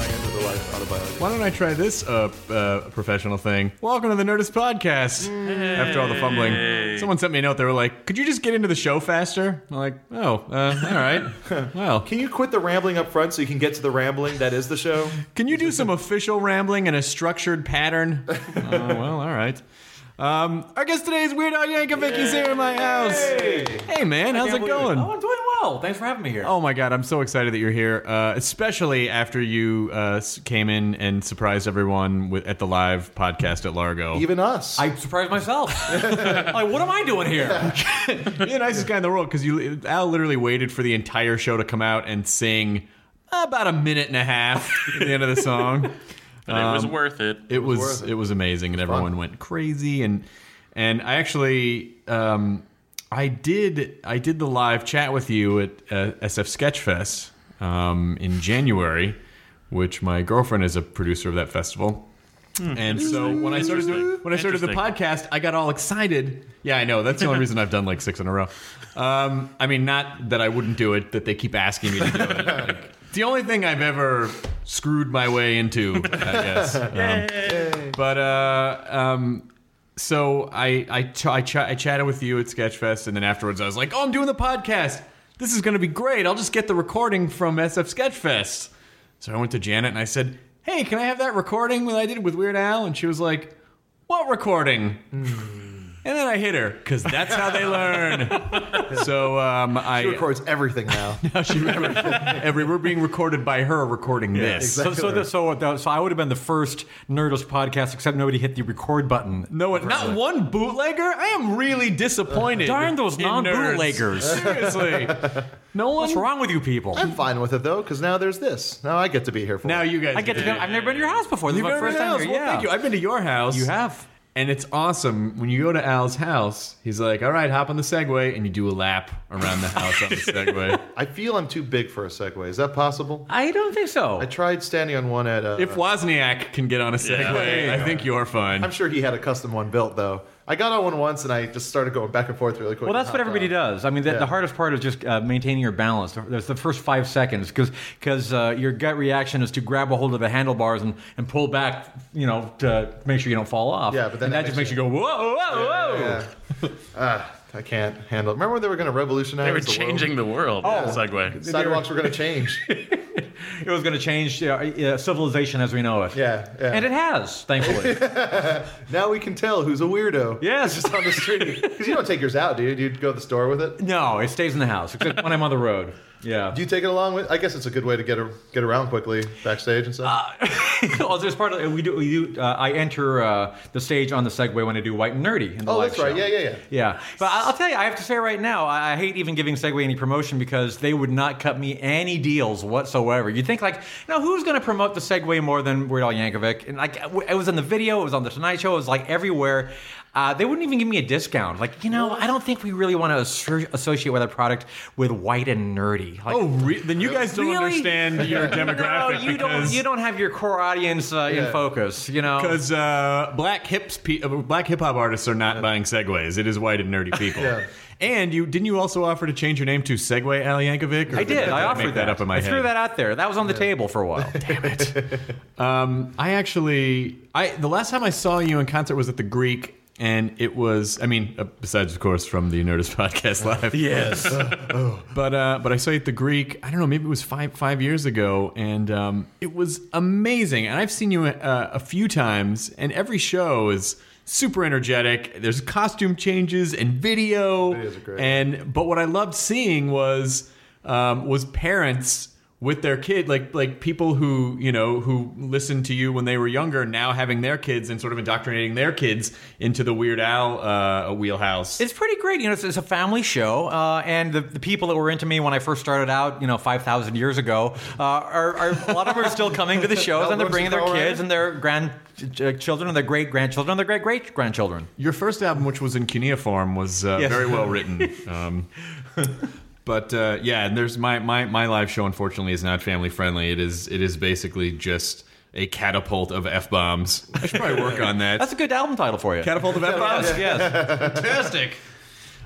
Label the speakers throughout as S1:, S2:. S1: Why don't I try this uh, uh, professional thing? Welcome to the Nerdist Podcast. After all the fumbling, someone sent me a note. They were like, "Could you just get into the show faster?" I'm like, "Oh, uh, all right. well,
S2: Can you quit the rambling up front so you can get to the rambling that is the show?
S1: can you do some official rambling in a structured pattern?" Oh, well, all right. Um, our guest today is Weird Al Yankovic. He's here in my house. Hey, man, how's it going?
S3: Oh, I'm doing well. Thanks for having me here.
S1: Oh my God, I'm so excited that you're here, uh, especially after you uh, s- came in and surprised everyone with, at the live podcast at Largo.
S2: Even us.
S3: I surprised myself. like, what am I doing here?
S1: You're the nicest guy in the world because you Al literally waited for the entire show to come out and sing about a minute and a half at the end of the song.
S4: But it was worth Um, it.
S1: It was it was amazing, and everyone went crazy. And and I actually um, I did I did the live chat with you at uh, SF Sketchfest um, in January, which my girlfriend is a producer of that festival. And so when I started doing, when I started the podcast, I got all excited. Yeah, I know. That's the only reason I've done like six in a row. Um, I mean, not that I wouldn't do it, that they keep asking me to do it. Like, it's the only thing I've ever screwed my way into, I guess. Um, but uh, um, so I I ch- I, ch- I chatted with you at Sketchfest, and then afterwards I was like, "Oh, I'm doing the podcast. This is going to be great. I'll just get the recording from SF Sketchfest." So I went to Janet and I said, "Hey, can I have that recording that I did with Weird Al?" And she was like, "What recording?" and
S2: Hmm.
S1: then I hit her because that's how they learn. so um, I
S2: she records everything now.
S1: she remembered every we're being recorded by her recording this.
S3: So, so, the, so, the, so I would have been the first Nerdless podcast, except nobody hit the record button.
S1: No, one- not one bootlegger. I am really disappointed.
S3: Darn those
S1: in nerds.
S3: non-bootleggers.
S1: Seriously, no one.
S3: What's wrong with you people?
S2: I'm fine with it though, because now there's this. Now I get to be here for
S1: Now
S2: it.
S1: you guys.
S3: I get to go, I've never been to your house before. This
S1: You've
S3: is my
S1: been to
S3: first
S1: my
S3: time
S1: house.
S3: here.
S1: Well,
S3: yeah.
S1: thank you. I've been to your house.
S3: You have.
S1: And it's awesome when you go to Al's house. He's like, "All right, hop on the Segway," and you do a lap around the house on the Segway.
S2: I feel I'm too big for a Segway. Is that possible?
S3: I don't think so.
S2: I tried standing on one at. Uh,
S1: If Wozniak can get on a Segway, I think you're fine.
S2: I'm sure he had a custom one built though. I got on one once and I just started going back and forth really quick.
S3: Well, that's what everybody does. I mean, the, the hardest part is just uh, maintaining your balance. There's the first five seconds because uh, your gut reaction is to grab a hold of the handlebars and, and pull back, you know, to make sure you don't fall off.
S2: Yeah, but then
S3: and
S2: that
S3: that, just makes
S2: makes
S3: you go whoa, whoa, whoa.
S2: Yeah. Ah, I can't handle it. Remember when they were going to revolutionize?
S4: They were
S2: the world?
S4: changing the world. Oh, segue.
S2: Sidewalks were going to change.
S3: It was going to change uh, uh, civilization as we know it.
S2: Yeah, yeah.
S3: And it has, thankfully.
S2: now we can tell who's a weirdo.
S3: Yes.
S2: just on the street. Because you don't take yours out, dude. You go to the store with it.
S3: no, it stays in the house except when I'm on the road. Yeah.
S2: Do you take it along with? I guess it's a good way to get a, get around quickly backstage and
S3: Uh,
S2: stuff.
S3: well, there's part of we do. We do. Uh, I enter uh, the stage on the Segway when I do White and Nerdy. In the
S2: oh,
S3: live
S2: that's
S3: show.
S2: right. Yeah, yeah, yeah.
S3: Yeah, but I- I'll tell you, I have to say right now, I I hate even giving Segway any promotion because they would not cut me any deals whatsoever. You'd think like, now who's going to promote the Segway more than Weird Al Yankovic? And like, it was in the video, it was on the Tonight Show, it was like everywhere. Uh, they wouldn't even give me a discount. Like, you know, I don't think we really want to assur- associate with our product with white and nerdy. Like,
S1: Oh, re- then you guys don't
S3: Really?
S1: understand your
S3: no,
S1: demographic
S3: you
S1: because
S3: don't. You don't have your core audience uh, in
S2: Yeah.
S3: focus. You know,
S1: Because uh, black hips, pe- uh, black hip hop artists are not buying segways. It is white and nerdy people.
S2: Yeah.
S1: And you didn't you also offer to change your name to Segway Al Yankovic? Or
S3: I did. I offered
S1: make that, up in my
S3: I
S1: head.
S3: threw that out there. That was on the table for a while.
S1: I actually, I the last time I saw you in concert was at the Greek, and it was, I mean, uh, besides of course from the Nerdist podcast live.
S3: yes.
S1: But uh, but I saw you at the Greek. I don't know, maybe it was five five years ago, and um, it was amazing. And I've seen you uh, a few times, and every show is super energetic. There's costume changes and video.
S2: Videos are great.
S1: And but what I loved seeing was um, was parents with their kid, like like people who you know who listened to you when they were younger, now having their kids and sort of indoctrinating their kids into the Weird Al uh, wheelhouse.
S3: It's pretty great. You know, it's, it's a family show, uh, and the, the people that were into me when I first started out, you know, five thousand years ago, uh, are, are a lot of them are still coming to the shows, and they're
S2: Elbows
S3: bringing their
S2: and
S3: kids
S2: elbows.
S3: and their grandchildren and their great grandchildren and their great great grandchildren.
S1: Your first album, which was in cuneiform, was uh,
S3: Yes.
S1: very well written. Um, but uh, yeah, and there's my, my my live show. Unfortunately, is not family friendly. It is it is basically just a catapult of f bombs. I should probably work on that.
S3: That's a good album title for you.
S1: catapult of f bombs.
S3: yes.
S1: Fantastic.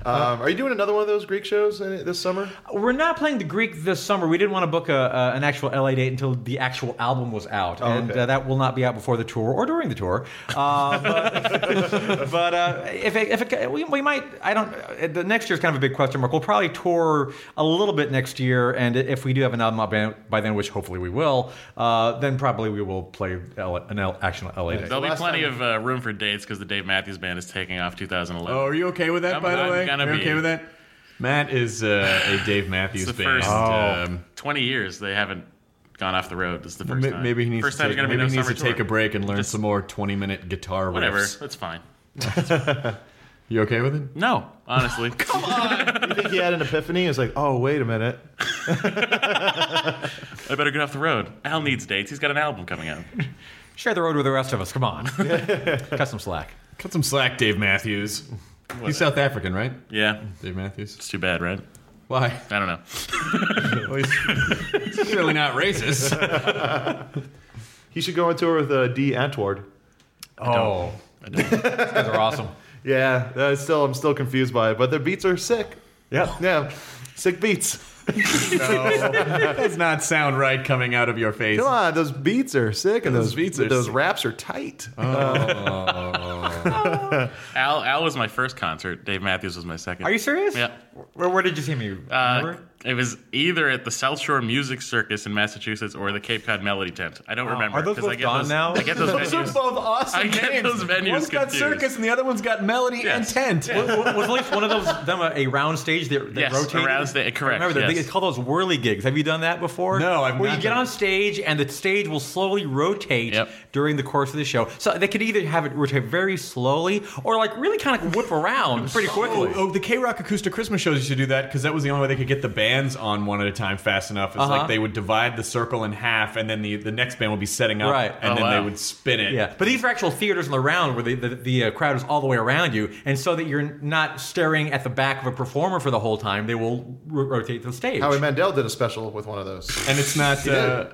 S3: Uh-huh.
S2: Um, are you doing another one of those Greek shows in, this summer?
S3: We're not playing the Greek this summer. We didn't want to book a, a, an actual LA date until the actual album was out, and
S2: okay.
S3: uh, that will not be out before the tour or during the tour. Uh, but but uh, if it, if it, we, we might, I don't. uh, The next year's kind of a big question mark. We'll probably tour a little bit next year, and if we do have an album out by- by then, which hopefully we will, uh, then probably we will play L- an L- actual LA date.
S4: There'll be
S2: last
S4: plenty
S2: time-
S4: of uh, room for dates because the Dave Matthews Band is taking off 2011.
S1: Oh, are you okay with that?
S4: I'm-
S1: by the
S4: I'm
S1: way,
S4: gonna
S1: Are you
S4: be.
S1: okay with that? Matt is uh, a Dave Matthews
S4: it's the
S1: band.
S4: first
S1: um,
S4: 20 years they haven't gone off the road. It's the first
S1: ma-
S4: time.
S1: maybe he needs
S4: first
S1: to,
S4: time's
S1: take,
S4: gonna be
S1: maybe
S4: no
S1: he needs to
S4: summer
S1: take
S4: tour.
S1: a break and learn some more 20 minute guitar
S4: Whatever,
S1: riffs.
S4: it's fine.
S1: You okay with it?
S4: No, honestly, come on.
S2: You think he had an epiphany? It's like, oh, wait a minute.
S4: I better get off the road. Al needs dates. He's got an album coming out.
S3: Share the road with the rest of us. Come on, cut some slack.
S1: Cut some slack, Dave Matthews. He's South African, right?
S4: Yeah,
S1: Dave Matthews.
S4: it's too bad, right?
S1: Why?
S4: I don't know.
S1: Well, he's he's clearly not racist.
S2: He should go on tour with uh, D. Antward.
S3: Oh, these guys are awesome.
S2: Yeah, uh, still, I'm still confused by it, but their beats are sick.
S3: Yeah.
S2: Yeah, sick beats.
S1: That does not sound right coming out of your face.
S2: Come on, those beats are sick, Oh, and
S1: Those
S2: those,
S1: beats are
S2: those
S1: sick.
S2: raps are tight.
S4: Al, Al was my first concert. Dave Matthews was my second.
S3: Are you serious?
S4: Yeah.
S3: Where, where did you see me?
S4: Uh,
S3: Remember?
S4: it was either at the South Shore Music Circus in Massachusetts or the Cape Cod Melody Tent. I don't remember.
S3: Are those
S4: 'cause I
S3: both
S4: get
S3: gone
S4: those,
S3: now?
S4: I get those
S1: Those are
S4: venues.
S1: both awesome
S4: I get
S1: names.
S4: those venues
S1: One's got
S4: confused.
S1: circus and the other one's got melody
S4: Yes.
S1: and tent.
S3: W- w- was at least one of those them uh, a, a round stage that, that
S4: Yes, a
S3: rotated?
S4: round sta- correct,
S3: I Remember, they-
S4: yes.
S3: they call those whirly gigs. Have you done that before?
S1: No, I've
S3: Where
S1: not
S3: you get
S1: done
S3: on stage and the stage will slowly rotate
S4: Yep.
S3: during the course of the show. So they could either have it rotate very slowly or like really kind of whip around pretty quickly.
S1: Oh, oh, the K Rock Acoustic Christmas shows used to do that because that was the only way they could get the bands on one at a time fast enough. It's like they would divide the circle in half, and then the, the next band would be setting up,
S3: Right.
S1: and
S4: Oh,
S1: then
S4: wow.
S1: they would spin it.
S3: Yeah, but these are actual theaters in the round where the, the, the uh, crowd is all the way around you, and so that you're not staring at the back of a performer for the whole time, they will ro- rotate the stage.
S2: Howie Mandel did a special with one of those.
S1: And it's not. Uh,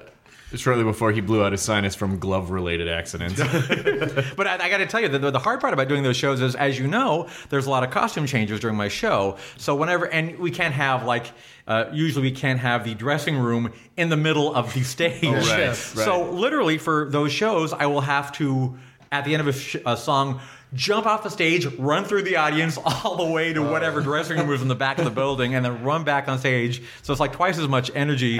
S1: Shortly before he blew out his sinus from glove-related accidents.
S3: But I, I got to tell you, the, the hard part about doing those shows is, as you know, there's a lot of costume changes during my show. So whenever, and we can't have like, uh, usually we can't have the dressing room in the middle of the stage.
S1: Oh, right, right.
S3: So literally for those shows, I will have to, at the end of a, sh- a song, jump off the stage, run through the audience all the way
S1: Oh.
S3: to whatever dressing room was in the back of the building, and then run back on stage. So it's like twice as much energy.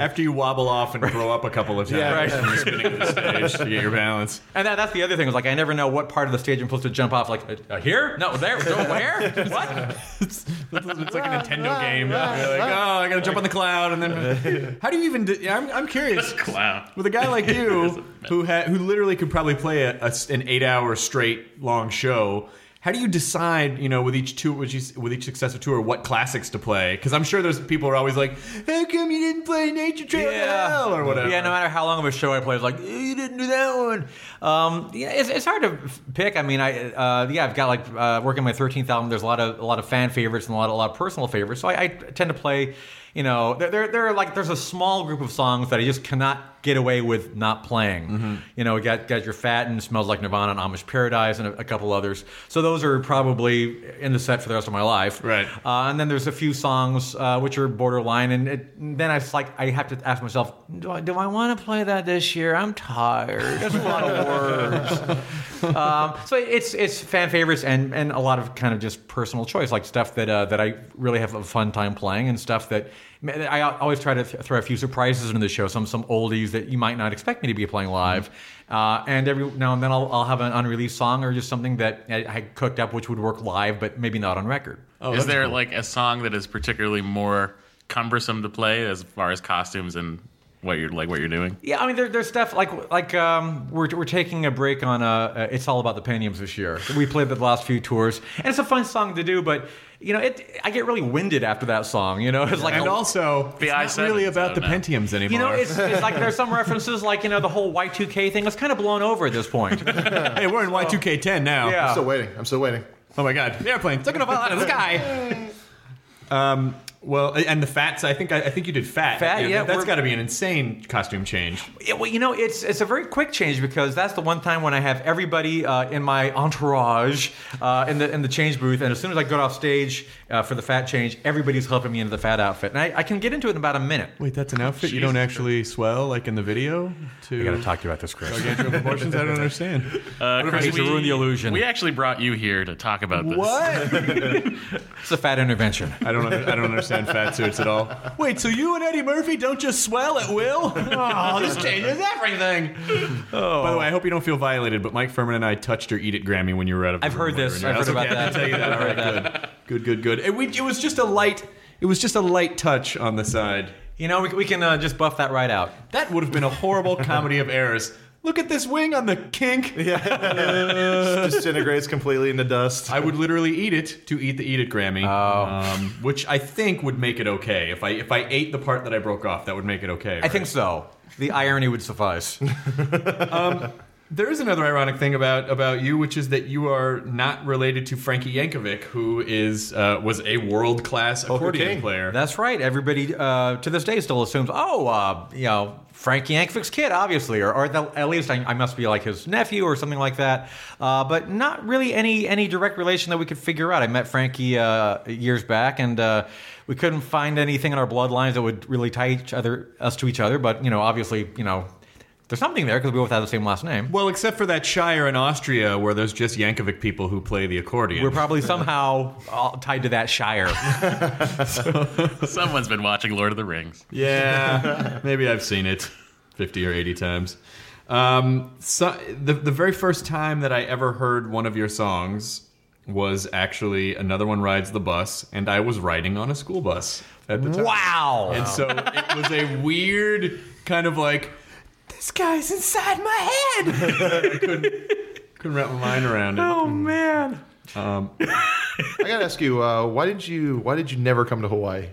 S1: After you wobble off and throw up a couple of times
S3: right.
S1: from spinning the stage to get your balance.
S3: And that, that's the other thing was like I never know what part of the stage I'm supposed to jump off. Like uh, here? No, there. No, where? What?
S1: It's like a Nintendo game. You're like, oh, I gotta jump on the cloud, and then how do you even? Do, I'm, I'm curious.
S4: Clown.
S1: With a guy like
S4: It's
S1: you,
S4: a-
S1: who ha- who literally could probably play a, a s- an eight hour straight long show, how do you decide? You know, with each tour, with each, with each successive tour, what classics to play? Because I'm sure there's people who are always like, "How come you didn't play Nature Trail to Hell or whatever?"
S3: Yeah, no matter how long of a show I play, it's like "Eh, you didn't do that one. Um, yeah, it's, it's hard to f- pick. I mean, I uh, yeah, I've got like uh, working my thirteenth album. There's a lot of a lot of fan favorites and a lot a lot of personal favorites. So I, I tend to play. You know, there, there, there are like there's a small group of songs that I just cannot get away with not playing. You know, got got your fat and smells like Nirvana and Amish Paradise and a, a couple others. So those are probably in the set for the rest of my life.
S1: Right.
S3: Uh, and then there's a few songs uh, which are borderline, and, it, and then I just like I have to ask myself, do I, do I want to play that this year? I'm tired. That's a lot of words. um, so it's it's fan favorites and and a lot of kind of just personal choice, like stuff that uh, that I really have a fun time playing, and stuff that I always try to th- throw a few surprises into the show, some some oldies that you might not expect me to be playing live. Uh, and every now and then I'll, I'll have an unreleased song or just something that I, I cooked up, which would work live, but maybe not on record.
S4: is there like a song that is particularly more cumbersome to play as far as costumes and what you're like what you're doing?
S3: Yeah, I mean, there, there's stuff like like um, we're we're taking a break on uh, uh, it's all about the Pentiums this year. We played the last few tours, and it's a fun song to do, but you know, it I get really winded after that song. You know, it's like
S1: And
S3: a-
S1: also,
S4: The
S1: it's not
S4: i7s,
S1: really
S4: I
S1: about the
S4: don't know.
S1: Pentiums anymore.
S3: You know, it's, it's like there's some references like you know the whole Y2K thing. It's kind of blown over at this point.
S1: hey, we're in Y2K10 now.
S3: Yeah.
S2: I'm still waiting. I'm still waiting.
S1: Oh my god, the airplane took it fall out of the sky. um, well, and the fats. I think I, think you did fat.
S3: Fat, yeah,
S1: that's
S3: we're-
S1: got to be an insane costume change.
S3: Yeah, well, you know, it's it's a very quick change because that's the one time when I have everybody uh, in my entourage uh, in the in the change booth, and as soon as I go off stage uh, for the fat change, everybody's helping me into the fat outfit, and I, I can get into it in about a minute.
S1: Wait, that's an outfit you don't actually swell like in the video. To
S3: I got to talk to you about this, Chris.
S1: Gargantuan proportions. I don't understand.
S4: Uh,
S3: if I hate to ruin the illusion?
S4: We actually brought you here to talk about this.
S3: It's a fat intervention.
S1: I don't. under- I don't understand fat suits at all. Wait, so you and Eddie Murphy don't just swell at will? Oh, this changes everything. By the way, I hope you don't feel violated, but Mike Furman and I touched or eat at Grammy when you were out of. the
S3: I've
S1: room when we
S3: heard this.
S1: were in
S3: I've
S1: there.
S3: heard
S1: That's
S3: about
S1: okay,
S3: that.
S1: I
S3: I've
S1: can
S3: heard
S1: tell you that. All right, good, good, good, good. And we, it was just a light. It was just a light touch on the side.
S3: You know, we, we can uh, just buff that right out.
S1: That would have been a horrible comedy of errors. Look at this wing on the kink.
S2: Disintegrates completely into dust.
S1: I would literally eat it to eat the eat it Grammy,
S3: Oh.
S1: um, which I think would make it okay. If I if I ate the part that I broke off, that would make it okay.
S3: I think so. The irony would suffice.
S1: there is another ironic thing about about you, which is that you are not related to Frankie Yankovic, who is uh, was a world class accordion
S2: King.
S1: player.
S3: That's right. Everybody uh, to this day still assumes, oh, uh, you know, Frank Yankovic's kid, obviously, or, or the, at least I, I must be like his nephew or something like that. Uh, but not really any any direct relation that we could figure out. I met Frankie uh, years back, and uh, we couldn't find anything in our bloodlines that would really tie each other us to each other. But you know, obviously, you know, there's something there because we both have the same last name.
S1: well, except for that shire in Austria where there's just Yankovic people who play the accordion.
S3: We're probably somehow all tied to that shire.
S4: Someone's been watching Lord of the Rings.
S1: Yeah, maybe I've seen it 50 or 80 times. Um, so, the, the very first time that I ever heard one of your songs was actually Another One Rides the Bus, and I was riding on a school bus at the time.
S3: wow.
S1: And so it was a weird kind of like, this guy's inside my head. I couldn't, couldn't wrap my mind around it.
S3: oh man.
S2: I gotta ask you, uh, why did you why did you never come to Hawaii?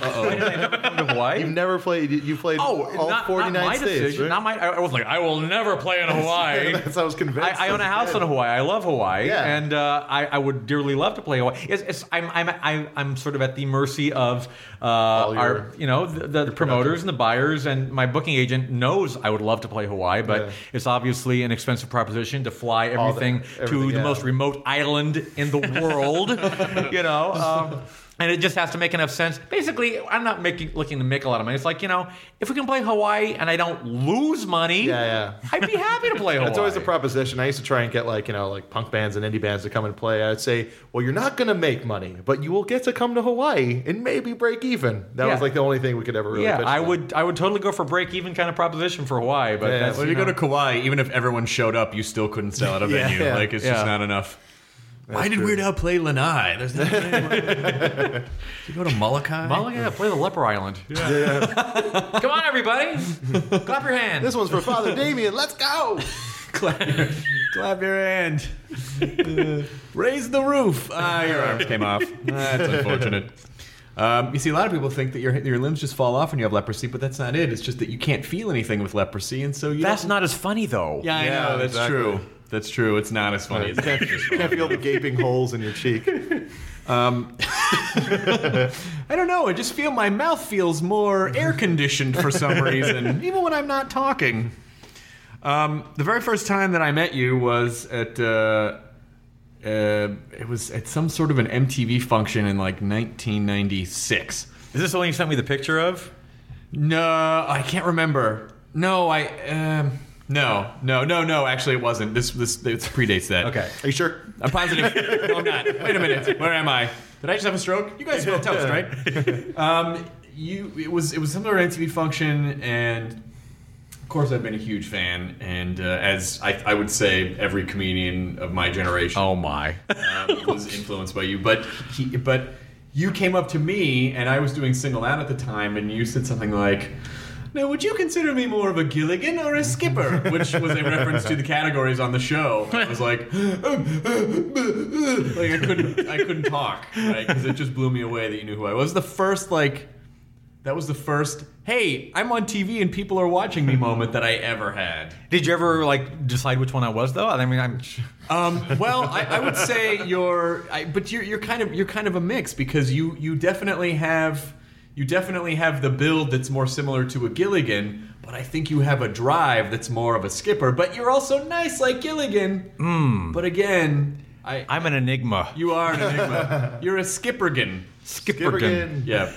S3: Hawaii.
S2: You never played. You played
S3: Oh,
S2: all
S3: not,
S2: 49
S3: not my
S2: states.
S3: decision.
S2: right?
S3: Not my. I I was like, I will never play in Hawaii.
S2: That's how I was convinced.
S3: I, I own a house in Hawaii. I love Hawaii,
S2: Yeah.
S3: and uh, I, I would dearly love to play Hawaii. It's, it's, I'm, I'm, I'm, I'm sort of at the mercy of uh,
S2: your-
S3: our, you know, the, the promoters and the buyers, and my booking agent knows I would love to play Hawaii, but it's obviously an expensive proposition to fly
S2: the-
S3: everything, to
S2: everything,
S3: the
S2: yeah.
S3: most remote island in the world. you know, um, and it just has to make enough sense. Basically, I'm not making looking to make a lot of money. It's like you know, if we can play Hawaii and I don't lose money,
S2: Yeah, yeah.
S3: I'd be happy to play Hawaii.
S2: That's always the proposition. I used to try and get like you know like punk bands and indie bands to come and play. I'd say, well, you're not gonna make money, but you will get to come to Hawaii and maybe break even. That
S3: Yeah.
S2: was like the only thing we could ever really.
S3: Yeah,
S2: pitch
S3: I
S2: them.
S3: would. I would totally go for break even kind of proposition for Hawaii, but
S2: Yeah,
S3: that's,
S1: Well, if
S3: you
S1: you
S3: know,
S1: go to Kauai, even if everyone showed up, you still couldn't sell out a
S2: Yeah.
S1: venue.
S2: Yeah.
S1: Like it's
S3: Yeah.
S1: just not enough. Why did Weird Al play Lanai? There's no Did you go to Molokai?
S3: Well, oh, yeah, play the Leper Island. Come on, everybody, clap your hands.
S2: This one's for Father Damien. Let's go.
S1: Clap your hand. Uh, raise the roof. Ah, your arms came off. That's unfortunate. Um, you see, a lot of people think that your your limbs just fall off when you have leprosy, but that's not it. It's just that you can't feel anything with leprosy, and so you
S3: That's
S1: don't-
S3: not as funny though.
S1: Yeah, I
S2: Yeah,
S1: know. That's
S2: exactly.
S1: true. That's true. It's not as funny.
S2: You
S1: as
S2: can't, you can't feel the gaping holes in your cheek.
S1: I don't know. I just feel my mouth feels more air conditioned for some reason, even when I'm not talking. Um, the very first time that I met you was at uh, uh, it was at some sort of an MTV function in like 1996.
S3: Is this the one you sent me the picture of?
S1: No, I can't remember. No, I um, no no no no. Actually, it wasn't. This this this predates that.
S3: Okay.
S2: Are you sure?
S1: I'm positive. no, I'm not. Wait a minute. Where am I? Did I just have a stroke? You guys smell toast, right? um, you. It was. It was some sort of MTV function, and of course, I've been a huge fan. And uh, as I, I would say, every comedian of my generation
S3: Oh my.
S1: um, was influenced by you, but he, but you came up to me and I was doing single out at the time, and you said something like. Now, would you consider me more of a Gilligan or a Skipper? Which was a reference to the categories on the show. I was like, like I couldn't, I couldn't talk, right? Because it just blew me away that you knew who I was. The first like that was the first, hey, I'm on TV and people are watching me moment that I ever had.
S3: Did you ever like decide which one I was though? I mean, I'm.
S1: Um, well, I, I would say you're, I, but you're, you're kind of you're kind of a mix because you you definitely have you definitely have the build that's more similar to a Gilligan, but I think you have a drive that's more of a skipper. But you're also nice like Gilligan. But again, I,
S3: I'm an enigma.
S1: you are an enigma. you're a skippergan.
S3: Skipperkin.
S1: Yeah.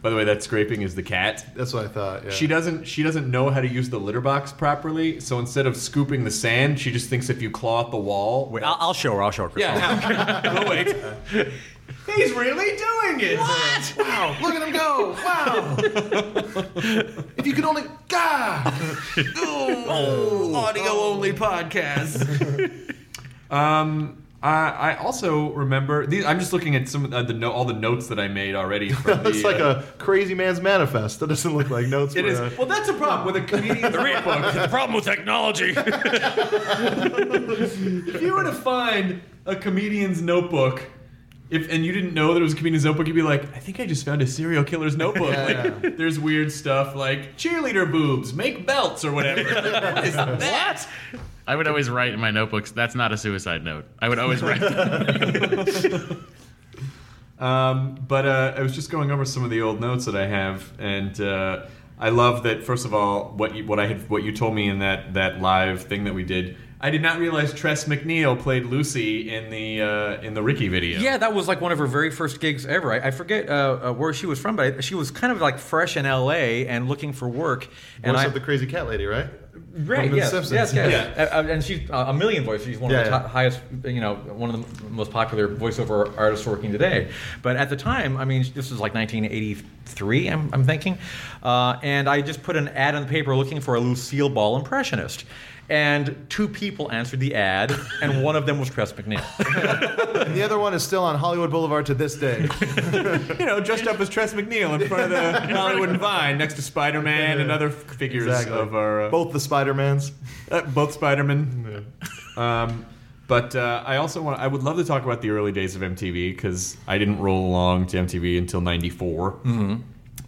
S1: By the way, that scraping is the cat.
S2: That's what I thought. Yeah.
S1: She doesn't. She doesn't know how to use the litter box properly. So instead of scooping the sand, she just thinks if you claw at the wall,
S3: Wait, I'll, I'll show her. I'll show her. Chris.
S1: Oh, yeah. no, wait. He's really doing it. What?
S2: Wow! Look at him go! Wow! if you could only, God!
S1: Audio only podcast. um, I, I also remember. These, I'm just looking at some of the no, all the notes that I made already. From
S2: That's
S1: the,
S2: like
S1: uh,
S2: a crazy man's manifest. That doesn't look like notes.
S1: It
S2: for uh,
S1: is.
S2: a-
S1: Well, that's a problem with a comedian's workbook.
S4: the problem with technology.
S1: if you were to find a comedian's notebook if and you didn't know that it was a comedian's notebook you'd be like i think i just found a serial killer's notebook like there's weird stuff like cheerleader boobs make belts or whatever what is that
S4: I would always write in my notebooks, that's not a suicide note. I would always write that.
S1: Um, but uh, I was just going over some of the old notes that I have, and uh, I love that. First of all, what you, what I had, what you told me in that that live thing that we did, I did not realize Tress McNeil played Lucy in the uh, in the Ricky video.
S3: Yeah, that was like one of her very first gigs ever. I, I forget uh, uh, where she was from, but I, she was kind of like fresh in L.A. and looking for work. And
S2: Voice
S3: I,
S2: of the crazy cat lady, right?
S3: Right.
S2: From The
S3: Yes.
S2: Simpsons.
S3: Yes. Yes. Uh, uh, and she's uh, a million voices. She's one
S2: Yeah,
S3: of the
S2: yeah.
S3: top, highest, you know, one of the most popular voiceover artists working today. But at the time, I mean, this was like 1983. I'm, I'm thinking, uh, and I just put an ad on the paper looking for a Lucille Ball impressionist. And two people answered the ad, and one of them was Tress McNeil.
S2: And the other one is still on Hollywood Boulevard to this day.
S1: you know, dressed up as Tress McNeil in front of the Hollywood and Vine next to Spider Man and other f- figures
S2: Exactly.
S1: of our uh,
S2: Both the Spider Mans.
S1: uh, both Spider Man. Um, but uh, I also want I would love to talk about the early days of MTV because I didn't roll along to MTV until '94. Mm-hmm.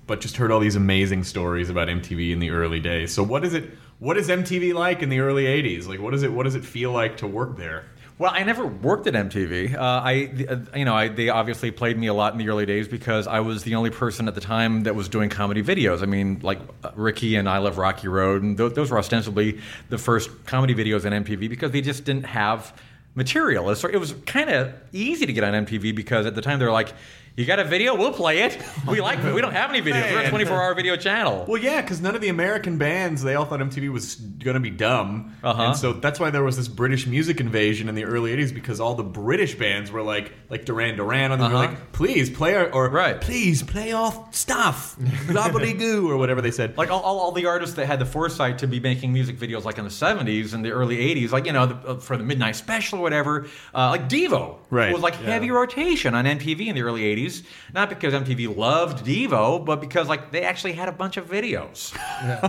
S1: But just heard all these amazing stories about MTV in the early days. So what is it? What is MTV like in the early '80s? Like what is it? What does it feel like to work there?
S3: Well, I never worked at MTV. Uh, I, the- uh, you know, I, they obviously played me a lot in the early days because I was the only person at the time that was doing comedy videos. I mean, like uh, Ricky and I Love Rocky Road, and th- those were ostensibly the first comedy videos on MTV because they just didn't have material. So it was kind of easy to get on MTV because at the time they were like, You got a video? We'll play it. We like it. We don't have any videos. We're a
S5: Man.
S3: 24 hour video channel.
S5: Well, yeah, because none of the American bands, they all thought MTV was going to be dumb.
S3: Uh-huh.
S5: And so that's why there was this British music invasion in the early 80s because all the British bands were like, like Duran Duran, and they were
S3: Uh-huh.
S5: like, please play our, or
S3: Right.
S5: please play off stuff, goo or whatever they said.
S3: like all, all, all the artists that had the foresight to be making music videos like in the 70s and the early 80s like you know the, uh, for the midnight special or whatever uh, like devo
S5: Right.
S3: was like heavy rotation on mtv in the early 80s not because mtv loved devo but because like they actually had a bunch of videos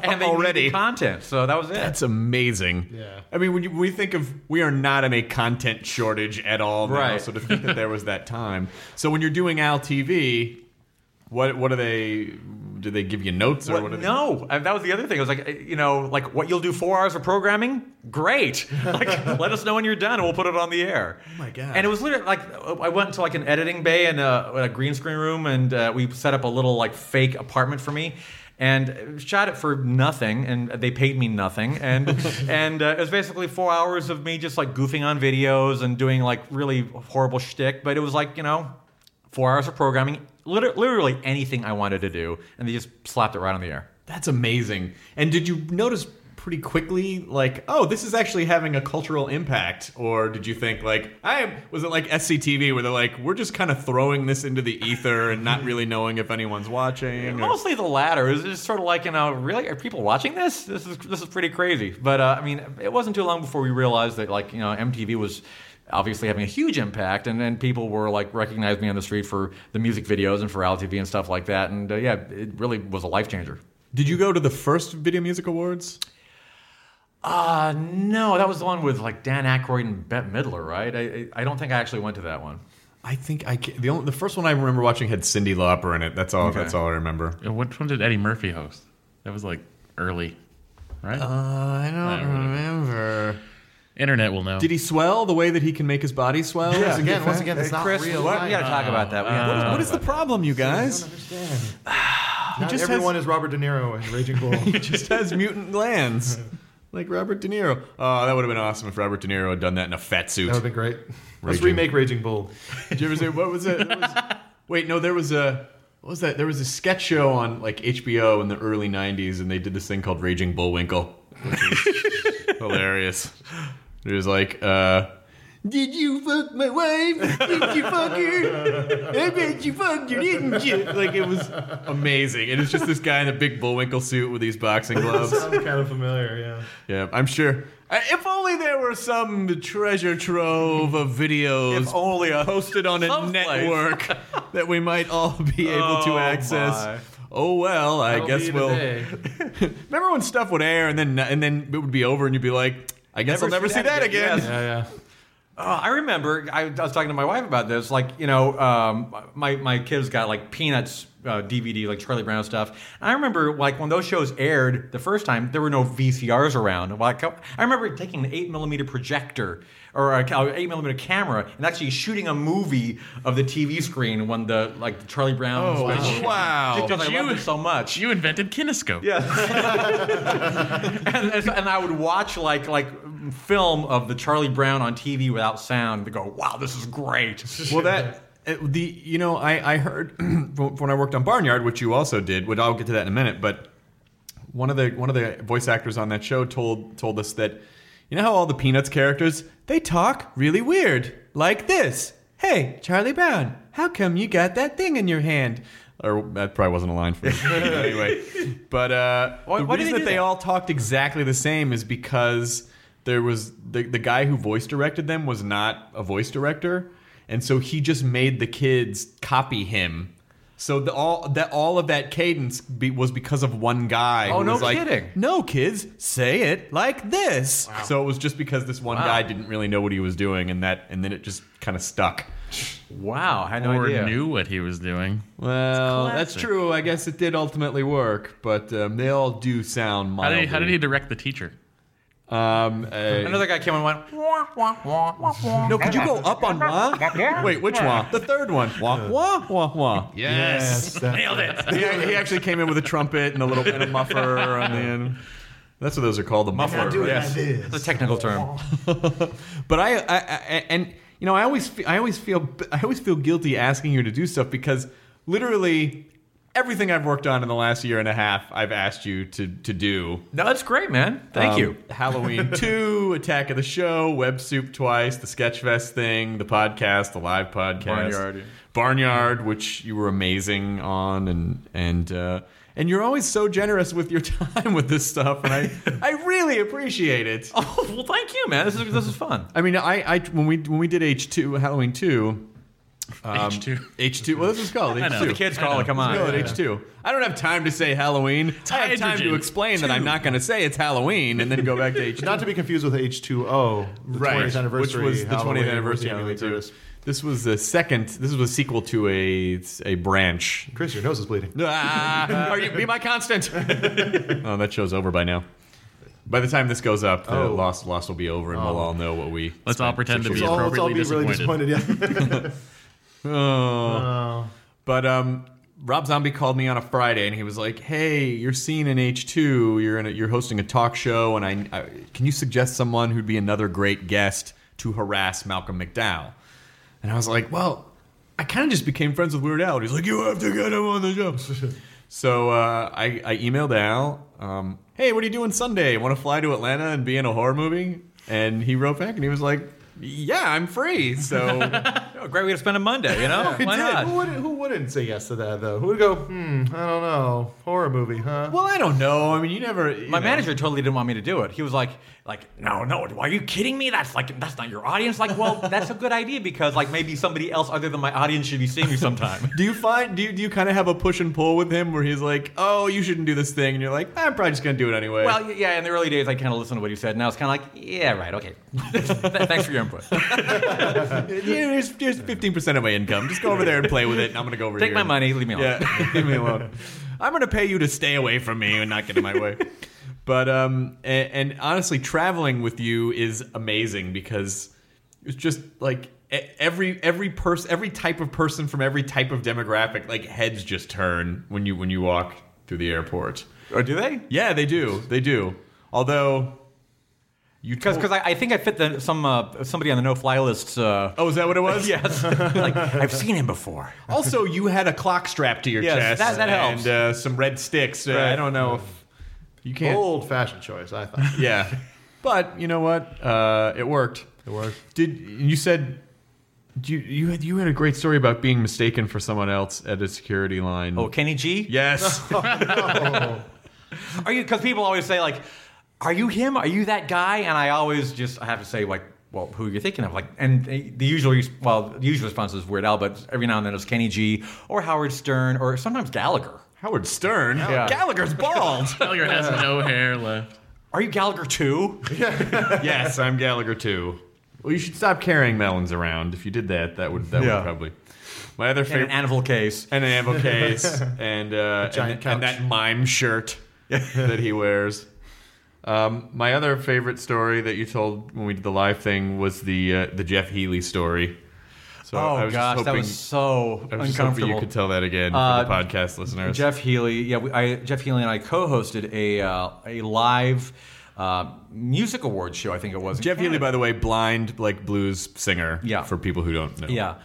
S3: and they
S5: Already.
S3: needed content so that was it
S5: That's amazing.
S2: Yeah.
S5: I mean, when you, we think of, we are not in a content shortage at all now,
S3: Right.
S5: So to think that there was that time. So when you're doing Al TV, what what do they do? They give you notes or
S3: Well,
S5: what? do they-
S3: no, Uh, that was the other thing. It was like, uh, you know, like what you'll do four hours of programming, great. Like, let us know when you're done, and we'll put it on the air. Oh
S5: my God.
S3: And it was literally like uh, I went to like an editing bay and a, a green screen room, and uh, we set up a little like fake apartment for me. And shot it for nothing, and they paid me nothing, and and uh, it was basically four hours of me just like goofing on videos and doing like really horrible shtick. But it was like you know, four hours of programming, liter- literally anything I wanted to do, and they just slapped it right on the air.
S5: That's amazing. And did you notice pretty quickly, like, oh, this is actually having a cultural impact? Or did you think, like, I was it like SCTV where they're like, we're just kind of throwing this into the ether and not really knowing if anyone's watching? or-
S3: Mostly the latter. It was just sort of like, you know, really, are people watching this? This is this is pretty crazy. But uh, I mean, it wasn't too long before we realized that, like, you know, MTV was obviously having a huge impact, and then people were like recognized me on the street for the music videos and for TV and stuff like that. And uh, yeah, it really was a life changer.
S5: Did you go to the first Video Music Awards?
S3: Uh, no, that was the one with like Dan Aykroyd and Bette Midler, right? I, I I don't think I actually went to that one.
S5: I think I ca- the only, the first one I remember watching had Cindy Lauper in it. That's all. That's all I remember.
S4: Yeah, Which one did Eddie Murphy host? That was like early, right?
S5: Uh-huh. I
S4: Uh, don't
S5: remember.
S4: Internet will know.
S5: Did he swell the way that he can make his body swell?
S2: Yeah, again, once again, it's not
S3: Chris,
S2: real.
S3: what- we got to talk about that. We gotta talk
S5: What is the
S3: about
S5: problem, you guys?
S2: Not
S5: just
S2: everyone
S5: has-
S2: is Robert De Niro in Raging Bull.
S5: just has mutant glands. Like Robert De Niro. Oh, that would have been awesome if Robert De Niro had done that in a fat suit.
S2: That would have been great. Let's
S5: Raging-
S2: remake Raging Bull.
S5: Did you ever say what was it? There was- wait, no, there was a what was that? There was a sketch show on like HBO in the early '90s, and they did this thing called Raging Bullwinkle, which is hilarious. It was like, uh, "Did you fuck my wife? Did you fuck her? I bet you fucked her, didn't you?" Like it was amazing, and it's just this guy in a big Bullwinkle suit with these boxing gloves.
S2: kind of familiar, yeah.
S5: Yeah, I'm sure. I- If only there were some treasure trove of videos
S3: If only a-
S5: posted on a
S3: someplace.
S5: network that we might all be able to
S3: Oh,
S5: access.
S3: my.
S5: Oh well, I
S2: That'll
S5: guess
S2: be
S5: we'll.
S2: today.
S5: Remember when stuff would air and then and then it would be over and you'd be like, I guess I'll never see that, again.
S3: Yes.
S2: Yeah, yeah.
S3: Uh, I remember I, I was talking to my wife about this. Like, you know, um, my my kids got like Peanuts uh, DVD, like Charlie Brown stuff. And I remember like when those shows aired the first time, there were no VCRs around. Like, I remember taking an eight millimeter projector or a ca- eight millimeter camera and actually shooting a movie of the TV screen when the like Charlie Brown.
S5: Oh,
S3: was-
S5: wow.
S3: Just 'cause I
S4: You-
S3: loved it so much.
S4: you invented kinescope.
S3: and, and, so- and I would watch like like film of the Charlie Brown on TV without sound to go, wow, this is great.
S5: Well, that uh, the you know I I heard from when I worked on Barnyard, which you also did. Which I'll get to that in a minute. But one of the one of the voice actors on that show told told us that you know how all the Peanuts characters they talk really weird, like this. Hey, Charlie Brown, how come you got that thing in your hand? Or that probably wasn't a line for me anyway. But uh,
S3: Why-
S5: the
S3: why do
S5: reason that
S3: they do
S5: they
S3: that?
S5: all talked exactly the same is because there was the, the guy who voice directed them was not a voice director, and so he just made the kids copy him. So the, all that all of that cadence be, was because of one guy.
S3: Oh,
S5: who
S3: no
S5: was like,
S3: kidding.
S5: No kids, say it like this. So it was just because this one guy didn't really know what he was doing, and that and then it just kind of stuck.
S3: Wow, I had no
S4: Or
S3: idea.
S4: knew what he was doing.
S5: Well, that's
S4: classic.
S5: true. I guess it did ultimately work, but um, they all do sound
S4: How
S5: mildly.
S4: did, he, how did he direct the teacher?
S5: Um, uh,
S3: Another guy came and went, wah, wah, wah, wah, wah.
S5: No, could you go up on wah? Wait, which wah? The third one. Wah, wah, wah, wah.
S2: Yes, that-
S4: nailed it.
S5: He, he actually came in with a trumpet and a little and a muffer on the end. That's what those are called, the muffer.
S2: do it
S5: yes.
S2: like this.
S3: That's a technical term.
S5: But I, I, I and you know, I always, fe- I always feel, I always feel guilty asking you to do stuff because literally everything I've worked on in the last year and a half, I've asked you to to do.
S3: No, that's great, man. Thank
S5: Um,
S3: you.
S5: Halloween two, Attack of the Show, Web Soup twice, the Sketchfest thing, the podcast, the live podcast,
S3: Barnyard, yeah.
S5: Barnyard, which you were amazing on, and and uh, and you're always so generous with your time with this stuff, and I I really appreciate it.
S3: Oh, well, thank you, man. This is this is fun.
S5: I mean, I, I when we when we did H two Halloween two. um,
S4: H2.
S5: H two. Well, this is called H
S4: know.
S5: two.
S4: The
S3: Kids call it. Come on.
S5: Go at H two. I don't have time to say Halloween. I have time to
S4: Hydrogen.
S5: explain that I'm not going to say it's Halloween and then go back to H two.
S2: Not to be confused with H2O, the
S5: right,
S2: 20th anniversary.
S5: which was the
S2: Halloween
S5: 20th anniversary Halloween
S2: Halloween
S5: two.
S2: service.
S5: This was the second. This was a sequel to a a branch.
S2: Chris, your nose is bleeding.
S5: Ah, are you be my constant? oh, that show's over by now. By the time this goes up, the
S2: Oh.
S5: lost lost will be over, and we'll all know what we.
S4: Let's all
S5: spent
S4: pretend to
S5: six
S4: be
S5: years on.
S2: Let's all- let's all be
S4: appropriately
S2: really disappointed.
S4: disappointed.
S2: Yeah.
S5: Oh. But um, Rob Zombie called me on a Friday and he was like, "Hey, you're seen in H two. You're in. A, you're hosting a talk show, and I, I can you suggest someone who'd be another great guest to harass Malcolm McDowell?" And I was like, "Well, I kind of just became friends with Weird Al." And he's like, "You have to get him on the show." so uh, I, I emailed Al, um, "Hey, what are you doing Sunday? Want to fly to Atlanta and be in a horror movie?" And he wrote back and he was like, "Yeah, I'm free." So.
S3: Oh, great way to spend a Monday, you know? Why not?
S2: Who, would, who wouldn't say yes to that, though? Who would go, hmm, I don't know, horror movie, huh?
S5: Well, I don't know. I mean, you never. you
S3: My
S5: know.
S3: manager totally didn't want me to do it. He was like, like, no, no, are you kidding me? That's like, that's not your audience. Like, well, that's a good idea because like maybe somebody else other than my audience should be seeing you sometime.
S5: Do you find do you, do you kind of have a push and pull with him where he's like, "Oh, you shouldn't do this thing," and you're like, "I'm probably just gonna do it anyway."
S3: well, y- yeah, in the early days, I kind of listened to what he said. Now it's kind of like, yeah, right, okay. Th- Thanks for your input.
S5: Yeah, here's here's fifteen percent of my income. Just go over there and play with it. And I'm gonna go over
S3: Take
S5: here
S3: my
S5: and-
S3: money, leave me alone.
S5: Yeah, leave Oh. me alone. I'm gonna pay you to stay away from me and not get in my way. But um, a- and, and honestly, traveling with you is amazing because it's just like e- every every person, every type of person from every type of demographic, like heads just turn when you when you walk through the airport.
S3: Or do they?
S5: Yeah, they do. They do. Although you
S3: Because because I, I think I fit the, some uh, somebody on the no fly list. Uh,
S5: oh, is that what it was?
S3: yes, like I've seen him before.
S5: Also, you had a clock strapped to your
S3: Yes,
S5: chest.
S3: that- that helps.
S5: And uh, some red sticks. Uh, I don't know if you can't.
S2: Old fashioned choice, I thought.
S5: Yeah. But you know what? Uh, it worked.
S2: It worked.
S5: Did you said you you had you had a great story about being mistaken for someone else at a security line?
S3: Oh, Kenny G.
S5: Yes.
S3: Are you? Because people always say like, "Are you him? Are you that guy?" And I always just I have to say like, "Well, who are you thinking of?" Like, and the usual res- well, the usual response is Weird Al, but every now and then it's Kenny G or Howard Stern or sometimes Gallagher. Uh,
S5: Howard Stern.
S3: Yeah.
S5: Gallagher's bald.
S4: Gallagher has no hair left.
S3: Are you Gallagher too?
S5: yes, I'm Gallagher too. Well, you should stop carrying melons around. If you did that, that would that
S3: Yeah.
S5: would probably. My other
S3: In an
S5: favorite
S3: anvil case.
S5: and an ammo case and uh,
S2: giant
S5: and, and
S2: couch.
S5: that mime shirt that he wears. Um, my other favorite story that you told when we did the live thing was the uh, the Jeff Healy story. So I
S3: Oh
S5: was
S3: gosh,
S5: just
S3: that
S5: hoping,
S3: was so
S5: I was just hoping
S3: uncomfortable.
S5: you could tell that again for
S3: Uh,
S5: the podcast listeners.
S3: Jeff Healy, yeah, we, I, Jeff Healy and I co-hosted a uh, a live uh, music awards show. I think it was. in
S5: Jeff Healy,
S3: Canada.
S5: by the way, blind like blues singer.
S3: Yeah.
S5: for people who don't know.
S3: Yeah,